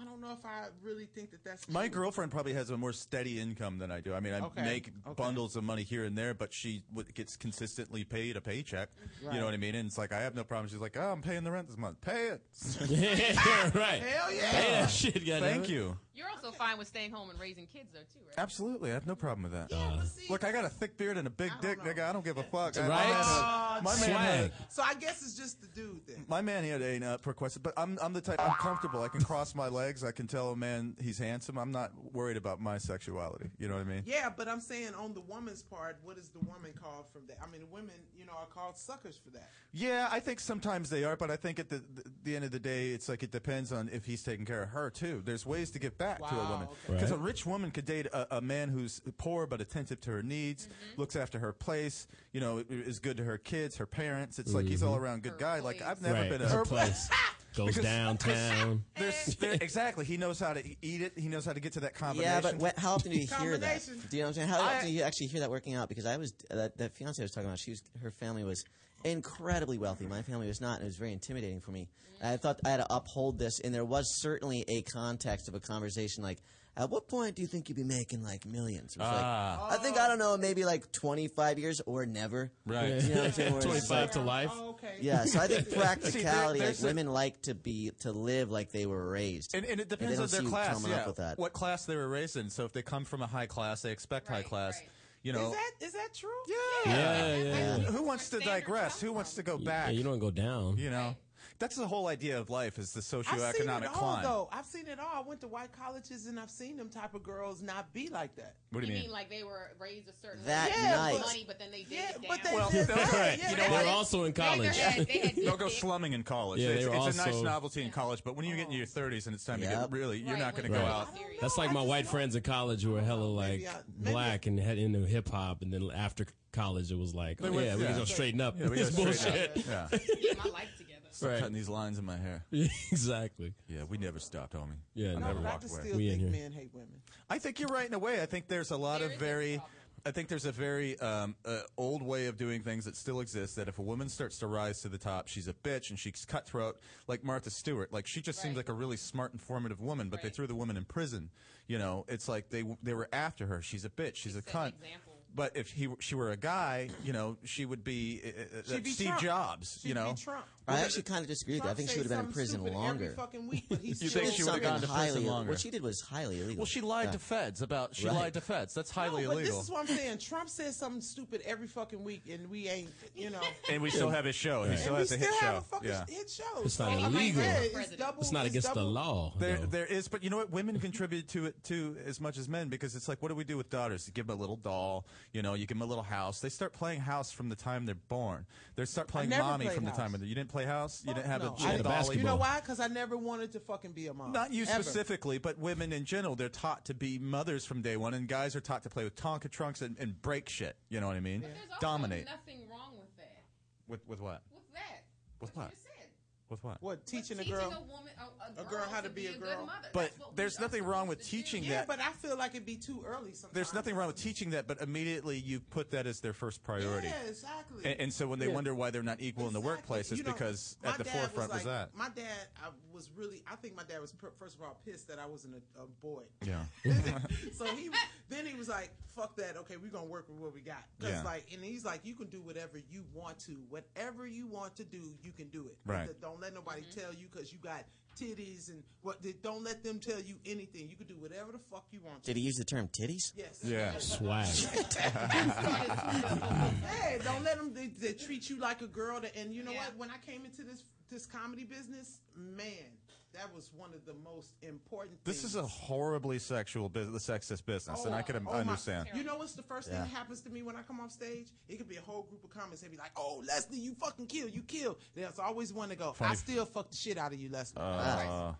S2: I don't know if I really think that that's
S4: My
S2: true.
S4: girlfriend probably has a more steady income than I do. I mean, I
S2: Okay,
S4: make
S2: okay.
S4: bundles of money here and there, but she w- gets consistently paid a paycheck. You
S2: Right.
S4: know what I mean? And it's like I have no problem. She's like, "Oh, I'm paying the rent this month. Pay it."
S10: <laughs>
S4: <laughs>
S10: Yeah, right.
S2: Hell yeah.
S10: Pay that shit,
S4: Thank
S10: goddammit.
S4: you.
S5: You're also fine with staying home and raising kids, though, too, right?
S4: Absolutely, I have no problem with that. Look, I got a thick beard and a big dick, nigga. I don't give a fuck. I-
S10: Right?
S2: Oh,
S4: My man, had- my man had-
S2: swag. So I guess it's just the dude then.
S4: My man here ain't up requested, but I'm I'm the type I'm comfortable. I can cross my legs. I can tell a man he's handsome. I'm not worried about my sexuality. You know what I mean?
S2: Yeah, but I'm saying on the woman's part, what is the woman called from that? I mean, women, you know, are called suckers for that.
S4: Yeah, I think sometimes they are, but I think at the the, the end of the day, it's like it depends on if he's taking care of her too. There's ways to get back to a
S2: Wow,
S4: woman
S2: okay.
S4: because a rich woman could date a, a man who's poor but attentive to her needs,
S7: Mm-hmm.
S4: looks after her place, you know, i- is good to her kids, her parents. It's like he's
S7: Mm-hmm.
S4: all around good guy. Like I've never
S10: Right,
S4: been a
S10: her
S4: <laughs>
S10: place. Goes
S4: Because- <laughs>
S10: downtown.
S7: <laughs>
S4: There's, there, exactly. He knows how to e-, eat it. He knows how to get to that combination.
S7: Yeah, but when, how often do you hear that?
S4: Combination.
S7: Do you know what I'm saying? How
S4: I-
S7: often do you actually hear that working out? Because I was that, that fiance I was talking about. She was her family was incredibly wealthy. My family was not, and it was very intimidating for me. And I thought I had to uphold this, and there was certainly a context of a conversation like. At what point do you think you'd be making like millions? It was like,
S10: Ah.
S7: I think I don't know, maybe like twenty five years or never.
S10: Right.
S7: You know what I'm
S4: <laughs>
S7: saying? Where it's
S10: Twenty
S7: just like-
S10: five to life.
S7: Yeah, so I think
S4: See,
S7: practicality,
S4: there-
S7: like
S4: there's a-
S7: women like to be to live like they were raised,
S4: And, and it
S7: they
S4: depends
S7: don't
S4: on their
S7: see you
S4: class.
S7: coming
S4: Yeah.
S7: up with that.
S4: What class they were raised in. So if they come from a high class, they expect high class. You know.
S2: Is that is that true?
S10: Yeah, yeah.
S4: Who- Who wants to digress? Who wants to go back?
S10: you don't go down.
S4: You know. That's the whole idea of life is the
S2: I've seen it
S4: socioeconomic
S2: all
S4: climb.
S2: though. I've seen it all. I went to white colleges and I've seen them type of girls not be like that.
S4: What do you mean?
S5: like they were raised a certain
S7: That
S5: way, they had
S7: night.
S5: money, but then they did it down.
S2: but they
S4: Well,
S2: did
S4: that's
S2: that.
S4: <laughs> right.
S2: Yeah,
S4: You know
S2: they
S4: what?
S2: did-
S10: Also in
S5: They
S10: college.
S5: had- they
S4: <laughs>
S5: had
S4: Don't go
S5: dick pics.
S4: slumming in college.
S10: Yeah, they
S4: it's
S10: were
S4: it's a nice
S10: also-
S4: novelty in college, but when you get into your 30s and it's time to
S7: Yep.
S4: get really, you're not going to
S10: Right.
S4: go out.
S10: That's like my white friends in college who were hella like black and had into hip hop, and then after college it was like, oh,
S4: They went-
S10: yeah, we
S4: yeah.
S10: <laughs> can just straighten up.
S4: Yeah, we gotta
S10: this
S4: straighten
S10: bullshit.
S4: up. Yeah. Stop
S10: Right.
S4: cutting these lines in my hair.
S10: <laughs> exactly.
S4: Yeah, we never stopped, homie.
S10: Yeah,
S4: I
S10: no.
S4: never
S10: No, but I
S4: walked
S10: just
S4: away.
S10: still We in think here.
S2: Men hate women.
S4: I think you're right in a way. I think there's a lot of very, I think there's a very um, uh, old way of doing things that still exists. That if a woman starts to rise to the top, she's a bitch and she's cutthroat, like Martha Stewart. Like she just seems like a really smart, informative woman, but they threw the woman in prison. You know, it's like they they were after her. She's a bitch. She's a cunt. But if he she were a guy, you know, she would be, uh, uh,
S2: She'd be
S4: Steve
S2: Trump.
S4: Jobs.
S2: She'd
S4: you
S2: be
S4: know,
S2: Trump.
S7: I actually kind of disagree with that. I
S2: Trump
S7: think she
S2: say
S7: would have been in prison
S2: something stupid
S7: longer.
S2: Every fucking week, but
S4: <laughs>
S2: he's
S4: You
S2: still
S4: think she would've
S7: Something
S4: gone to prison
S7: highly-
S4: longer?
S7: What she did was highly illegal.
S4: Well, she lied
S7: Yeah.
S4: to feds about she
S7: Right.
S4: lied to feds. That's highly
S2: no, but
S4: illegal.
S2: this is what I'm saying. Trump says something stupid every fucking week, and we ain't, you know.
S4: <laughs> And we still have his show. He
S10: Right.
S4: still
S10: And
S4: has
S2: we
S4: a hit
S2: still
S4: show.
S2: have a fucking
S4: yeah.
S2: hit show.
S10: It's not
S2: So, like,
S10: illegal.
S2: yeah, it's double.
S10: It's not against the
S2: double.
S10: law.
S4: There,
S10: though.
S4: there is, but you know what? Women contribute to it too as much as men because it's like, what do we do with daughters? You give them a little doll, you know, you give them a little house. They start playing house from the time they're born. They start playing
S2: never
S4: mommy
S2: played
S4: from the
S2: house.
S4: time of the, you didn't play house. You didn't have
S2: No,
S4: a
S2: I
S4: little
S2: didn't.
S4: dolly.
S2: You know why? Because I never wanted to fucking be a mom.
S4: Not you
S2: Ever.
S4: specifically, but women in general. They're taught to be mothers from day one, and guys are taught to play with Tonka trunks and, and break shit. You know what I mean?
S5: But there's also
S4: Dominate
S5: nothing wrong with that.
S4: with with what?
S5: With that.
S4: With what?
S5: You said.
S4: With what?
S2: What teaching a
S5: Teaching
S2: girl?
S5: a woman, a,
S2: a girl how to be a girl.
S5: good mother.
S4: But there's nothing wrong with teaching
S2: Yeah,
S4: that.
S2: but I feel like it'd be too early. Sometimes.
S4: there's nothing wrong with teaching that, but immediately you put that as their first priority.
S2: Yeah, exactly.
S4: And, and so when they
S2: Yeah.
S4: wonder why they're not equal in the workplace, it's
S2: You know,
S4: because
S2: my
S4: at the
S2: dad
S4: forefront was,
S2: was, like-
S4: that.
S2: My dad, I was really. I think my dad was pr- first of all pissed that I wasn't a, a boy. <laughs>
S4: Yeah.
S2: so he then he was like, "Fuck that. Okay, we're gonna work with what we got." 'Cause,
S4: Yeah.
S2: like, and he's like, "You can do whatever you want to. Whatever you want to do, you can do it.
S4: Right.
S2: Th- Don't let nobody tell you because you got titties and what. th- Don't let them tell you anything. You can do whatever the fuck you want. to.
S7: Did he use the term titties?
S2: Yes.
S4: Yeah.
S10: Swag.
S7: <laughs>
S2: hey, don't let them they, they treat you like a girl. That, and you know what? When I came into this this comedy business, man, that was one of the most important.
S4: This
S2: things.
S4: is a horribly sexual, bus- the sexist business, and I can
S2: oh,
S4: understand.
S2: My, you know what's the first thing
S4: Yeah.
S2: that happens to me when I come off stage? It could be a whole group of comments. They'd be like, "Oh, Leslie, you fucking kill, you kill." There's always one to go. I
S7: Funny.
S2: still fuck the shit out of you, Leslie.
S7: Uh,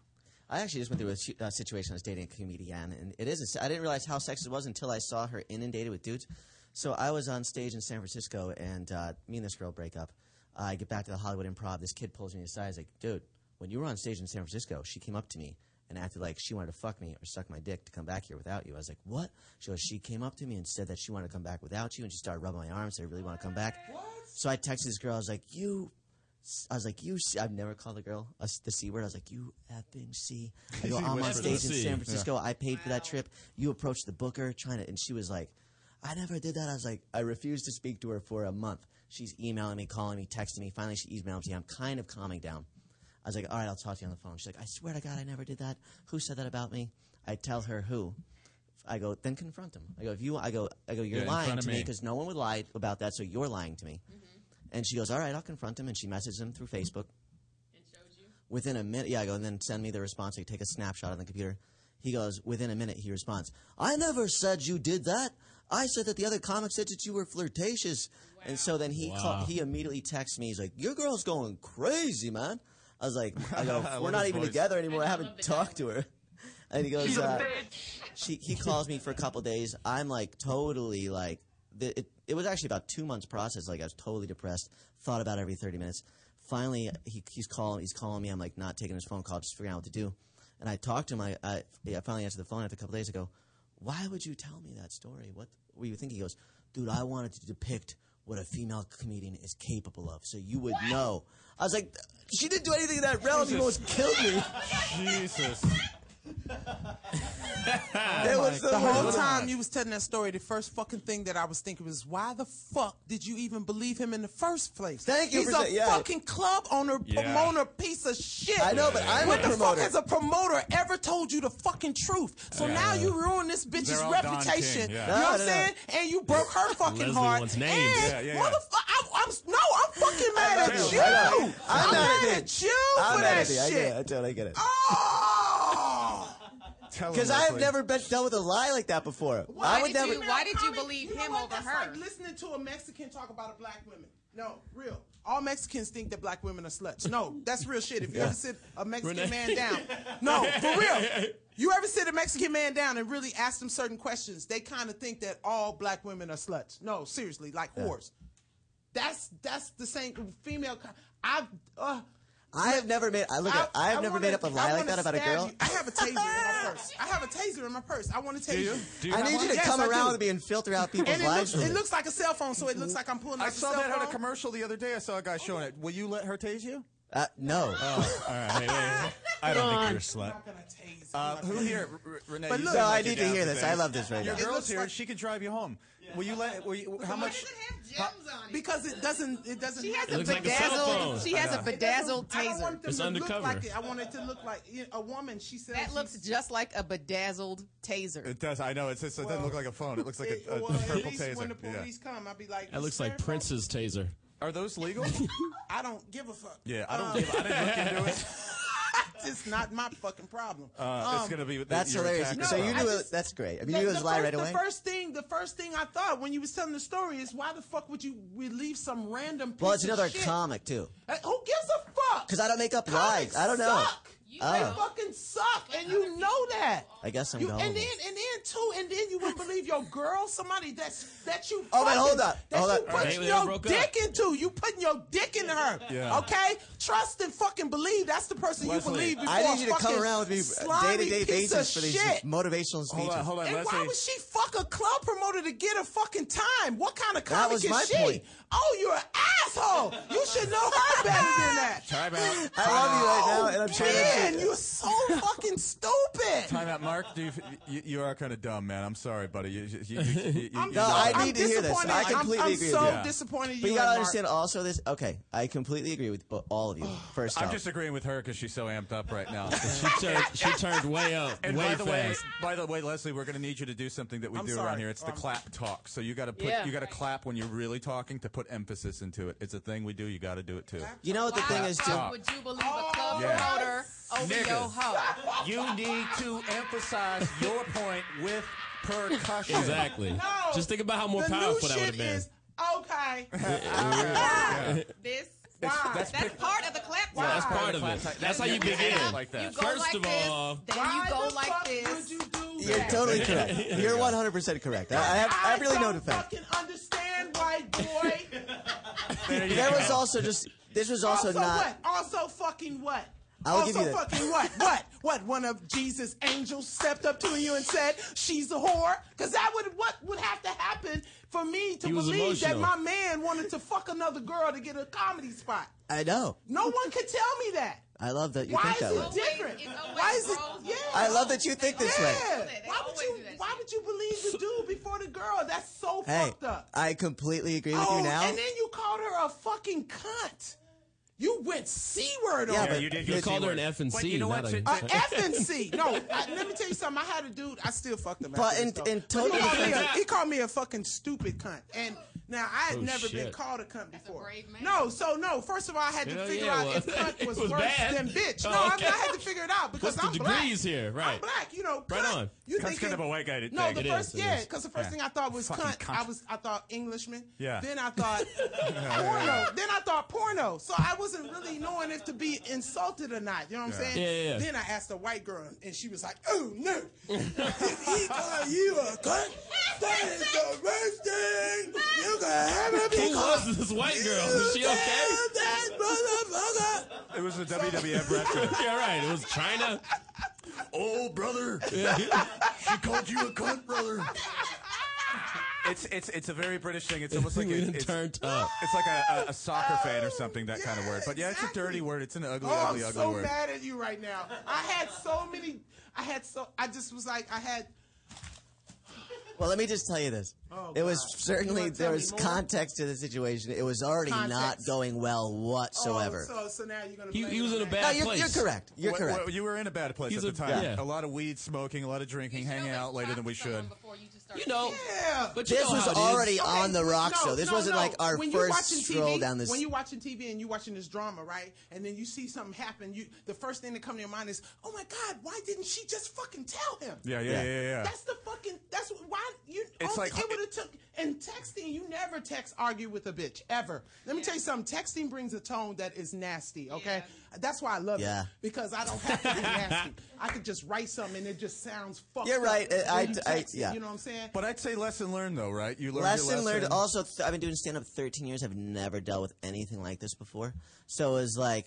S7: I actually just went through a si- uh, situation. I was dating a comedian, and it is. A, I didn't realize how sexist it was until I saw her inundated with dudes. So I was on stage in San Francisco, and uh, me and this girl break up. I get back to the Hollywood Improv. This kid pulls me aside. He's like, "Dude, when you were on stage in San Francisco, she came up to me and acted like she wanted to fuck me or suck my dick to come back here without you." I was like, "What?" She goes, "She came up to me and said that she wanted to come back without you, and she started rubbing my arms. Said, I really want to come back." So I texted this girl. I was like, "You I was like, you. C-. I've never called a girl a, the c word. I was like, you effing
S4: <laughs>
S7: c. I go,
S14: She
S7: I'm on
S14: whispered
S7: stage
S14: the
S7: in
S14: C.
S7: San Francisco.
S14: Yeah.
S7: I paid for that trip. You approached the booker trying to, and she was like, I never did that. I was like, I refused to speak to her for a month. She's emailing me, calling me, texting me. Finally, she emails me. I'm kind of calming down. I was like, all right, I'll talk to you on the phone. She's like, I swear to God, I never did that. Who said that about me? I tell her who. I go, then confront him. I go, if you, I go, I go, you're
S14: Yeah, in
S7: lying
S14: front of
S7: to me
S14: me.
S7: because no one would lie about that, so you're lying to me. And she goes, all right, I'll confront him. And she messages him through Facebook. Within a minute, yeah, I go, and then send me the response. I take a snapshot on the computer. He goes, within a minute, he responds, I never said you did that. I said that the other comic said that you were flirtatious. And so then he
S14: Wow.
S7: call, he immediately texts me. He's like, your girl's going crazy, man. I was like, I go,
S14: <laughs> I
S7: we're
S14: love
S7: not
S14: his
S7: even
S14: voice.
S7: together anymore. I, haven't talked to her. And he goes,
S14: She's a
S7: uh,
S14: bitch.
S7: she, he calls me for a couple days. I'm like totally like th- it, it was actually about two months process. Like I was totally depressed. Thought about it every 30 minutes. Finally, he, he's calling. He's calling me. I'm like not taking his phone call. Just figuring out what to do. And I talked to him. I I, yeah, I finally answered the phone after a couple days. I go, why would you tell me that story? What were you thinking? He goes, dude, I wanted to depict what a female comedian is capable of, so you would know. I was like, she didn't do anything in that realm. You almost killed me.
S4: Jesus.
S2: That
S4: <laughs>
S7: Oh
S2: was
S7: my
S2: the whole
S7: God.
S2: time you was telling that story. The first fucking thing that I was thinking was, why the fuck did you even believe him in the first place? Thank
S7: you
S2: He's
S7: for
S2: a
S7: say- yeah.
S2: fucking club owner,
S7: Yeah.
S2: promoter, piece of shit.
S7: I know, but I'm
S2: what
S7: a
S2: the
S7: promoter.
S2: fuck has a promoter ever told you the fucking truth? So
S7: Yeah.
S2: now you ruined this bitch's
S14: They're all Don
S2: reputation.
S14: King, yeah.
S2: You know
S14: No,
S2: what
S14: no,
S2: I'm
S14: no.
S2: saying? And you
S14: <laughs>
S2: broke her fucking
S14: Leslie
S2: heart.
S14: wants names.
S2: And
S14: Yeah, yeah, yeah.
S2: motherfu- I, am no, I'm fucking
S14: I
S2: mad
S14: know,
S2: at
S14: I
S2: you.
S14: know.
S2: I'm
S14: I'm mad
S2: mad
S14: at
S2: at you
S7: I'm
S2: for
S7: mad at
S2: that
S7: you. I get it. I
S2: shit.
S7: totally get it.
S4: Tell him,
S7: Because Oh! I have
S4: Leslie.
S7: never been dealt with a lie like that before. I would never.
S5: why did you believe
S2: know
S5: him
S2: what?
S5: over
S2: That's
S5: her?
S2: Like listening to a Mexican talk about a black woman. No, real. All Mexicans think that black women are sluts. No, that's real shit. If you
S14: Yeah.
S2: ever sit a Mexican
S14: Renee.
S7: <laughs>
S2: man <laughs> down, no, for real. You ever sit a Mexican man down and really ask them certain questions? They kind of think that all black women are sluts. No, seriously, like
S7: Yeah.
S2: whores. That's that's the same female. co- I uh,
S7: I have never made. I look. at, I have never
S2: wanna-
S7: made up a lie
S2: I
S7: like that
S2: wanna
S7: about a
S2: stab
S7: girl.
S2: you. I have a taser in
S7: <laughs>
S2: my purse. I have a taser in my purse. I want to tase
S7: Do you?
S2: you.
S7: Do you I have need one? you to come around and be and filter out people's
S2: and it
S7: lives
S2: Looks,
S7: for
S2: it
S7: me.
S2: looks like a cell phone, so it looks like I'm pulling out
S4: I
S2: the
S4: saw
S2: cell
S4: that on a
S2: phone. Oh,
S4: commercial the other day. I saw a guy showing it. Will you let her tase you?
S7: Uh, no.
S4: Oh, all right. Wait, wait. I don't think
S2: Come
S4: you're a
S2: on.
S4: slut. Uh, who here, R- R- Renee?
S7: But
S4: you
S7: look-
S4: sound
S7: No, I
S4: you're
S7: need to
S4: down
S7: hear
S4: for
S7: this. I
S4: things.
S7: love this right
S4: Your
S7: now. It
S4: girl's
S7: looks
S4: here.
S7: like-
S4: she could drive you home. Will you let? Will you, how much?
S2: Because it doesn't. It doesn't. She
S4: has a It looks like a cell bedazzled- phone. she has a
S5: bedazzled
S2: I don't want
S5: taser.
S2: them
S5: It's
S2: to
S5: undercover.
S2: Look like it. I want it to look like you know, a woman. She said
S5: That looks just like a bedazzled taser.
S4: It does. I know. It's just, it doesn't look like a phone. It looks like a, a
S2: well, at
S4: purple
S2: least
S4: taser.
S2: when the
S4: Yeah.
S2: police come, I'll be like,
S10: That looks like Prince's taser.
S4: Are
S7: <laughs>
S4: those legal?
S2: I don't give a fuck.
S4: yeah, I don't
S2: Um,
S4: give. I didn't look into
S2: <laughs>
S4: it.
S2: it's not my fucking problem. Um,
S4: Uh, it's gonna be with
S7: That's
S4: your
S7: hilarious.
S4: attack
S7: so
S4: on
S7: you
S4: her.
S7: knew
S4: I
S7: it,
S4: just-
S7: that's great. I mean,
S2: The-
S7: you knew it
S2: the
S7: was a lie
S2: first-
S7: right away.
S2: The first thing, the first thing I thought when you was telling the story is, why the fuck would you relieve some random? Piece
S7: Well, it's
S2: of
S7: another
S2: shit?
S7: comic too.
S2: Uh, Who gives a fuck?
S7: Because I don't make up
S2: Comics
S7: lies. I don't know.
S2: Suck. They
S7: Oh,
S2: fucking suck, and you know that.
S7: I guess I'm
S2: You,
S7: going.
S2: and then and then too and then you wouldn't believe your girl somebody that's that you
S7: Oh, wait,
S2: fucking-
S7: hold up,
S2: that
S7: hold
S2: you
S7: up. All right.
S2: putting
S7: They- they
S2: your
S7: broke up.
S2: dick into you putting your dick in her
S7: Yeah.
S2: okay trust and fucking believe that's the person
S7: Leslie,
S2: you believe before
S7: I need you
S2: a
S7: to come
S2: fucking
S7: around with me day
S2: slimy
S7: to day
S2: piece
S7: basis for
S2: of
S7: these
S2: shit.
S7: motivational speeches.
S4: Hold on, hold on.
S2: and why
S4: Leslie.
S2: would she fuck a club promoter to get a fucking time? What kind of comic
S7: was
S2: is
S7: my
S2: she?
S7: point.
S2: Oh, you're an asshole. You should
S7: <laughs>
S2: know her better than that. Oh,
S4: Time out.
S7: I love you right now, and I'm trying to-
S2: Man, you're so fucking stupid.
S4: Time out, Mark. Do you, you, you are kind of dumb, man. I'm sorry, buddy. You, you, you, you, you,
S2: I'm
S7: <laughs>
S4: you-
S7: No, I
S2: I'm
S7: need to hear this.
S2: disappointed.
S7: I
S2: I'm-
S7: completely
S2: I'm
S7: agree
S2: so
S7: with you.
S2: disappointed
S7: But
S2: you
S7: you gotta
S2: are, Mark.
S7: understand also this. Okay, I completely agree with bo- all
S2: <sighs>
S7: of you. First
S4: I'm
S7: off,
S4: just agreeing with her because she's so amped up right
S10: <laughs>
S4: now.
S10: She turned, she turned way up,
S4: And
S10: way
S4: by
S10: fast.
S4: the way, by the way, Leslie, we're going to need you to do something that we
S10: I'm
S4: do
S10: sorry.
S4: around here. It's the
S10: Um,
S4: clap talk. So you got to put
S10: Yeah.
S4: you got to clap when you're really talking to put emphasis into it. It's a thing we do. You got to do it too.
S7: You know what the thing is, too?
S4: Clap
S5: Would you believe a club
S4: Yeah.
S5: promoter over your
S4: Niggas.
S5: hoe?
S4: talk. You need to emphasize your point with percussion.
S10: Exactly.
S2: No,
S10: Just think about how more
S2: the new
S10: powerful that would have
S2: shit
S10: been.
S2: is-
S7: <laughs>
S2: Okay.
S4: Yeah.
S5: This
S4: Wow.
S5: that's, part of the clap.
S10: Yeah, <laughs> that's part of it. That's how you begin.
S4: Like that.
S5: You go
S10: First
S5: like
S10: of
S5: this,
S10: all,
S5: then
S2: Why
S5: you go
S2: the
S5: like
S2: fuck
S5: this. Would you
S2: do
S7: you're totally correct. You're 100 percent correct. I, I have every known to fact.
S2: fucking understand, white boy.
S7: <laughs> There, was also just this was also,
S2: also
S7: not.
S2: what? Also fucking what?
S7: I will
S2: also
S7: give you that. <laughs>
S2: fucking what? What? What? One of Jesus' angels stepped up to you and said, "She's a whore," because that would what would have to happen for me to
S7: He was
S2: believe that
S7: emotional.
S2: my man wanted to fuck another girl to get a comedy spot.
S7: I know.
S2: No one could tell me that.
S7: I love that you
S2: Why
S7: think
S2: is
S7: that way.
S2: it different? Why is it? Yeah.
S7: I love that you think this way.
S2: Yeah. Why would you? Why would you believe the dude before the girl? That's so
S7: Hey,
S2: fucked up.
S7: I completely agree with
S2: Oh,
S7: you now.
S2: and then you called her a fucking cunt. You went c word
S7: Yeah,
S2: on
S7: but
S2: her.
S7: You did you use called C her an word. F and
S2: But
S10: C,
S2: You know
S10: not
S2: what?
S10: a-
S2: Uh, F and C. No, I, let me tell you something. I had a dude. I still fucked him.
S7: But
S2: after
S7: in-
S2: this, though.
S7: in total
S2: But he called, me a,
S7: defense-
S2: he called me a fucking stupid cunt. And now I had
S7: Oh,
S2: never been
S7: shit.
S2: called a cunt before. No, so no. First of all, I had to
S10: Hell
S2: figure
S10: yeah,
S2: out
S10: well,
S2: if cunt
S10: it
S2: was,
S10: was
S2: worse
S10: bad.
S2: than bitch.
S10: Oh,
S2: No, I-
S10: okay.
S2: I, had to figure it out
S10: What's
S2: because
S10: the
S2: I'm black.
S10: degrees here? Right.
S2: I'm black. You know,
S10: Right
S2: cunt,
S10: on.
S2: You
S4: That's
S2: think
S4: kind of a white guy to
S2: No,
S4: think.
S2: the
S4: It
S2: first
S4: is, it
S2: yeah,
S4: is.
S2: because the first
S4: Yeah.
S2: thing I thought was
S4: Fucking
S2: cunt.
S4: cunt.
S2: I was I thought Englishman.
S4: Yeah.
S2: Then I
S4: <laughs>
S2: thought porno.
S4: Yeah.
S2: Then I thought porno. So I wasn't really knowing if to be insulted or not. You know what I'm
S4: Yeah.
S2: saying?
S4: Yeah, yeah, yeah.
S2: Then I asked a white girl, and she was like, "Oh no, if he call you a cunt, that is the worst thing you can ever be
S10: Who
S2: called."
S10: was this white girl? Is she
S2: You
S10: okay?
S2: damn that motherfucker.
S10: <laughs>
S4: It was a WWF reference.
S10: yeah, right. It was China.
S4: Oh, brother. she called you a cunt, brother. It's it's it's a very British thing. <laughs> It's almost like
S10: We
S4: it-
S10: done
S4: it's
S10: turned up.
S4: It's like a, a, a soccer fan or something that kind of word. But yeah, it's a dirty word. It's an ugly,
S2: oh,
S4: ugly,
S2: I'm
S4: ugly
S2: so
S4: word.
S2: mad at you right now. I had so many. I had so. I just was like, I had.
S7: Well, let me just tell you this.
S2: Oh,
S7: it was
S2: God. You
S7: certainly
S2: wanna tell
S7: there
S2: me
S7: was
S2: more?
S7: context to the situation. It was already not
S2: Context.
S7: going well whatsoever.
S2: Oh, so, so now you're gonna.
S7: He-
S2: blame
S7: he was
S2: it on
S7: in a bad
S2: that.
S7: No, you're- place. you're correct. You're
S4: Wha-
S7: correct.
S4: wha- you were in a bad place
S10: He's
S4: at
S10: a-
S4: the time.
S10: yeah.
S4: A lot of weed smoking, a lot of drinking, hanging out later than we should.
S10: You know.
S2: Yeah.
S10: But you
S7: this
S10: know
S7: was
S10: how it is.
S7: already on the rocks,
S2: No,
S7: though. This
S2: no,
S7: wasn't
S2: no.
S7: like our
S2: When you
S7: first
S2: watching
S7: stroll
S2: TV,
S7: down this.
S2: When you're watching TV and you're watching this drama, right, and then you see something happen, you the first thing that comes to your mind is, "Oh my God, why didn't she just fucking tell him?"
S4: Yeah, yeah, yeah, yeah, yeah.
S2: That's the fucking. That's why you.
S4: It's
S2: only-
S4: like-
S2: it would have took and texting. You never text argue with a bitch ever. Let me tell you something. Texting brings a tone that is nasty. Okay, that's why I love
S7: Yeah.
S2: it because I don't have to be nasty. I could just write something and it just sounds fucked.
S7: You're
S2: up
S7: right. Uh,
S2: when
S7: I-
S2: you
S7: I-
S2: text it,
S7: yeah.
S2: You know what I'm saying?
S4: But I'd say lesson learned, though, right? You learned
S7: lesson,
S4: your lesson
S7: learned. Also, th- I've been doing stand up 13 years. I've never dealt with anything like this before. So it was like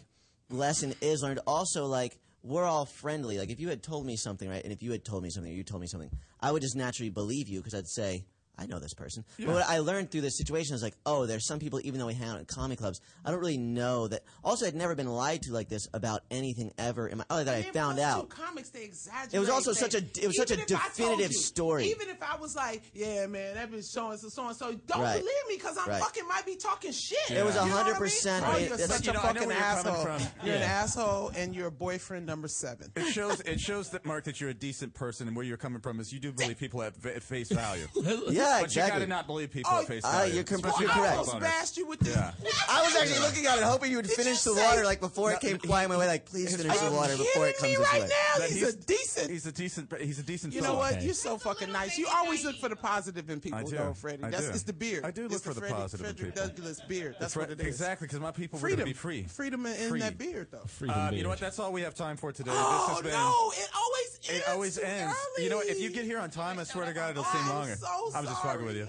S7: lesson is learned. Also, like we're all friendly. Like if you had told me something, right, and if you had told me something, or you told me something, I would just naturally believe you because I'd say. I know this person.
S14: Yeah.
S7: But what I learned through this situation is like, oh, there's some people, even though we hang out at comedy clubs, I don't really know that. Also, I'd never been lied to like this about anything ever in my other that I
S2: And
S7: found
S2: plus,
S7: out.
S2: too, comics they exaggerate.
S7: It was also such
S2: things.
S7: a- it was such a
S2: Even if I told
S7: definitive
S2: you,
S7: story.
S2: Even if I was like, yeah, man, that been so and so, so and so, don't
S7: Right.
S2: believe me because I'm
S7: Right.
S2: fucking might be talking shit.
S7: It was
S2: You know what I mean?
S7: 100%
S2: Oh,
S7: it-
S2: you're
S7: it's
S2: such
S7: like,
S2: a
S7: you know, I know
S2: fucking
S7: where you're coming
S2: asshole.
S4: from.
S2: You're an
S4: Yeah.
S2: asshole, and you're boyfriend number
S4: <laughs>
S2: seven.
S4: It shows it shows that Mark that you're a decent person and where you're coming from is you do believe people at, at face
S7: <laughs>
S4: value. yeah, But you
S7: exactly.
S4: gotta not believe people
S7: Oh,
S4: at face
S7: uh,
S4: value.
S7: you're com-
S4: It's
S7: you're
S4: fucking
S7: correct.
S4: bonus.
S7: I almost bashed
S2: you with this. <laughs>
S4: Yeah.
S7: I was actually looking at it, hoping you would finish the water like before it came flying my way. Like, please finish the water before it comes this way.
S4: That
S2: He's a decent.
S4: He's a decent. He's a decent.
S2: You know
S4: fella.
S2: what? You're so fucking nice. You always look for the positive in people,
S4: I do.
S2: though, Freddie.
S4: I
S2: That's
S4: do.
S2: it's the beard.
S4: I do
S2: It's
S4: look for the
S2: Freddie-
S4: positive in
S2: Frederick
S4: people.
S2: Douglass beard. That's
S4: right.
S2: what it is.
S4: Exactly, because my people were
S2: Freedom.
S4: gonna be free.
S2: Freedom in- in
S4: Free.
S2: that beard, though. Freedom
S4: Um, you
S2: beard.
S4: know what? That's all we have time for today.
S2: Oh,
S4: this has been.
S2: no, it always ends
S4: It always
S2: too
S4: ends.
S2: early.
S4: You know, what? if you get here on time, I swear to God, it'll seem
S2: I'm
S4: longer.
S2: so
S4: I'm just fucking
S2: sorry.
S4: with you.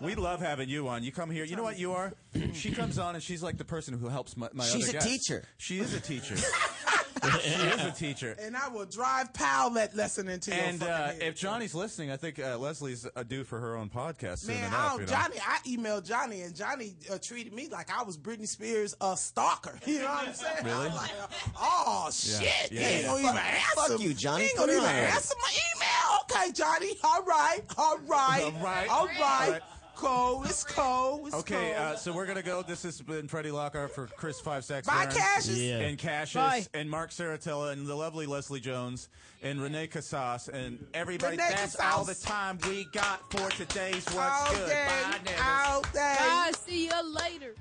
S4: We love having you on. You come here. You know what you are? She comes on and she's like the person who helps my, my
S7: She's
S4: other
S7: a
S4: guest.
S7: teacher.
S4: She is
S2: <laughs>
S4: a teacher. she is a teacher.
S2: And I will drive Powell that lesson into
S4: And
S2: your
S4: uh,
S2: fucking head.
S4: if Johnny's listening, I think uh, Leslie's uh, due for her own podcast soon
S2: Man, I
S4: enough. you
S2: don't,
S4: know?
S2: Johnny, I emailed Johnny, and Johnny uh, treated me like I was Britney Spears' uh, stalker. <laughs> You know what I'm saying?
S4: Really?
S2: I'm like, oh
S4: Yeah.
S2: shit!
S4: Yeah.
S2: He ain't gonna
S4: Fuck-
S2: even answer.
S4: fuck you, Johnny.
S2: He ain't
S4: Put
S2: gonna
S4: it
S2: even
S4: on already.
S2: answer my email. Okay, Johnny. All right. All right.
S4: <laughs> All right.
S2: All
S4: All
S2: right.
S4: right.
S2: Cold. It's cold. It's
S4: Okay,
S2: cold.
S4: uh, so we're gonna go. This has been Freddie Lockhart for Chris Five Sacks.
S2: Bye,
S4: Barron,
S2: Cassius. Yeah.
S4: And Cassius
S2: Bye.
S4: and Mark Saratella and the lovely Leslie Jones and Renee Casas and everybody.
S2: Renee
S4: that's
S2: Casas.
S4: all the time we got for today's What's
S2: All
S4: Good.
S2: day.
S4: Bye, niggas.
S2: All day.
S8: Bye. Ah, See you later.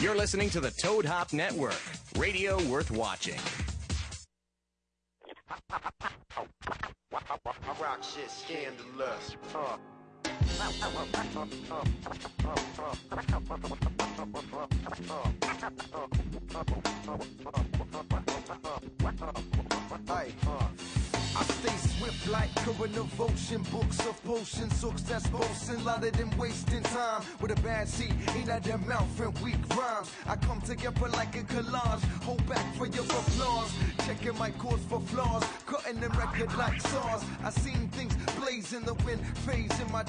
S6: You're listening to the Toad Hop Network, radio worth watching.
S15: I rock shit scandalous. Uh.
S16: Ay, uh. I stay swift like current ocean, books of potions, success boasting, lot of them wasting time with a bad seat in at their mouth and weak rhymes. I come together like a collage, hold back for your applause, checking my course for flaws, cutting the record like saws. I seen things blaze in the wind, phasing my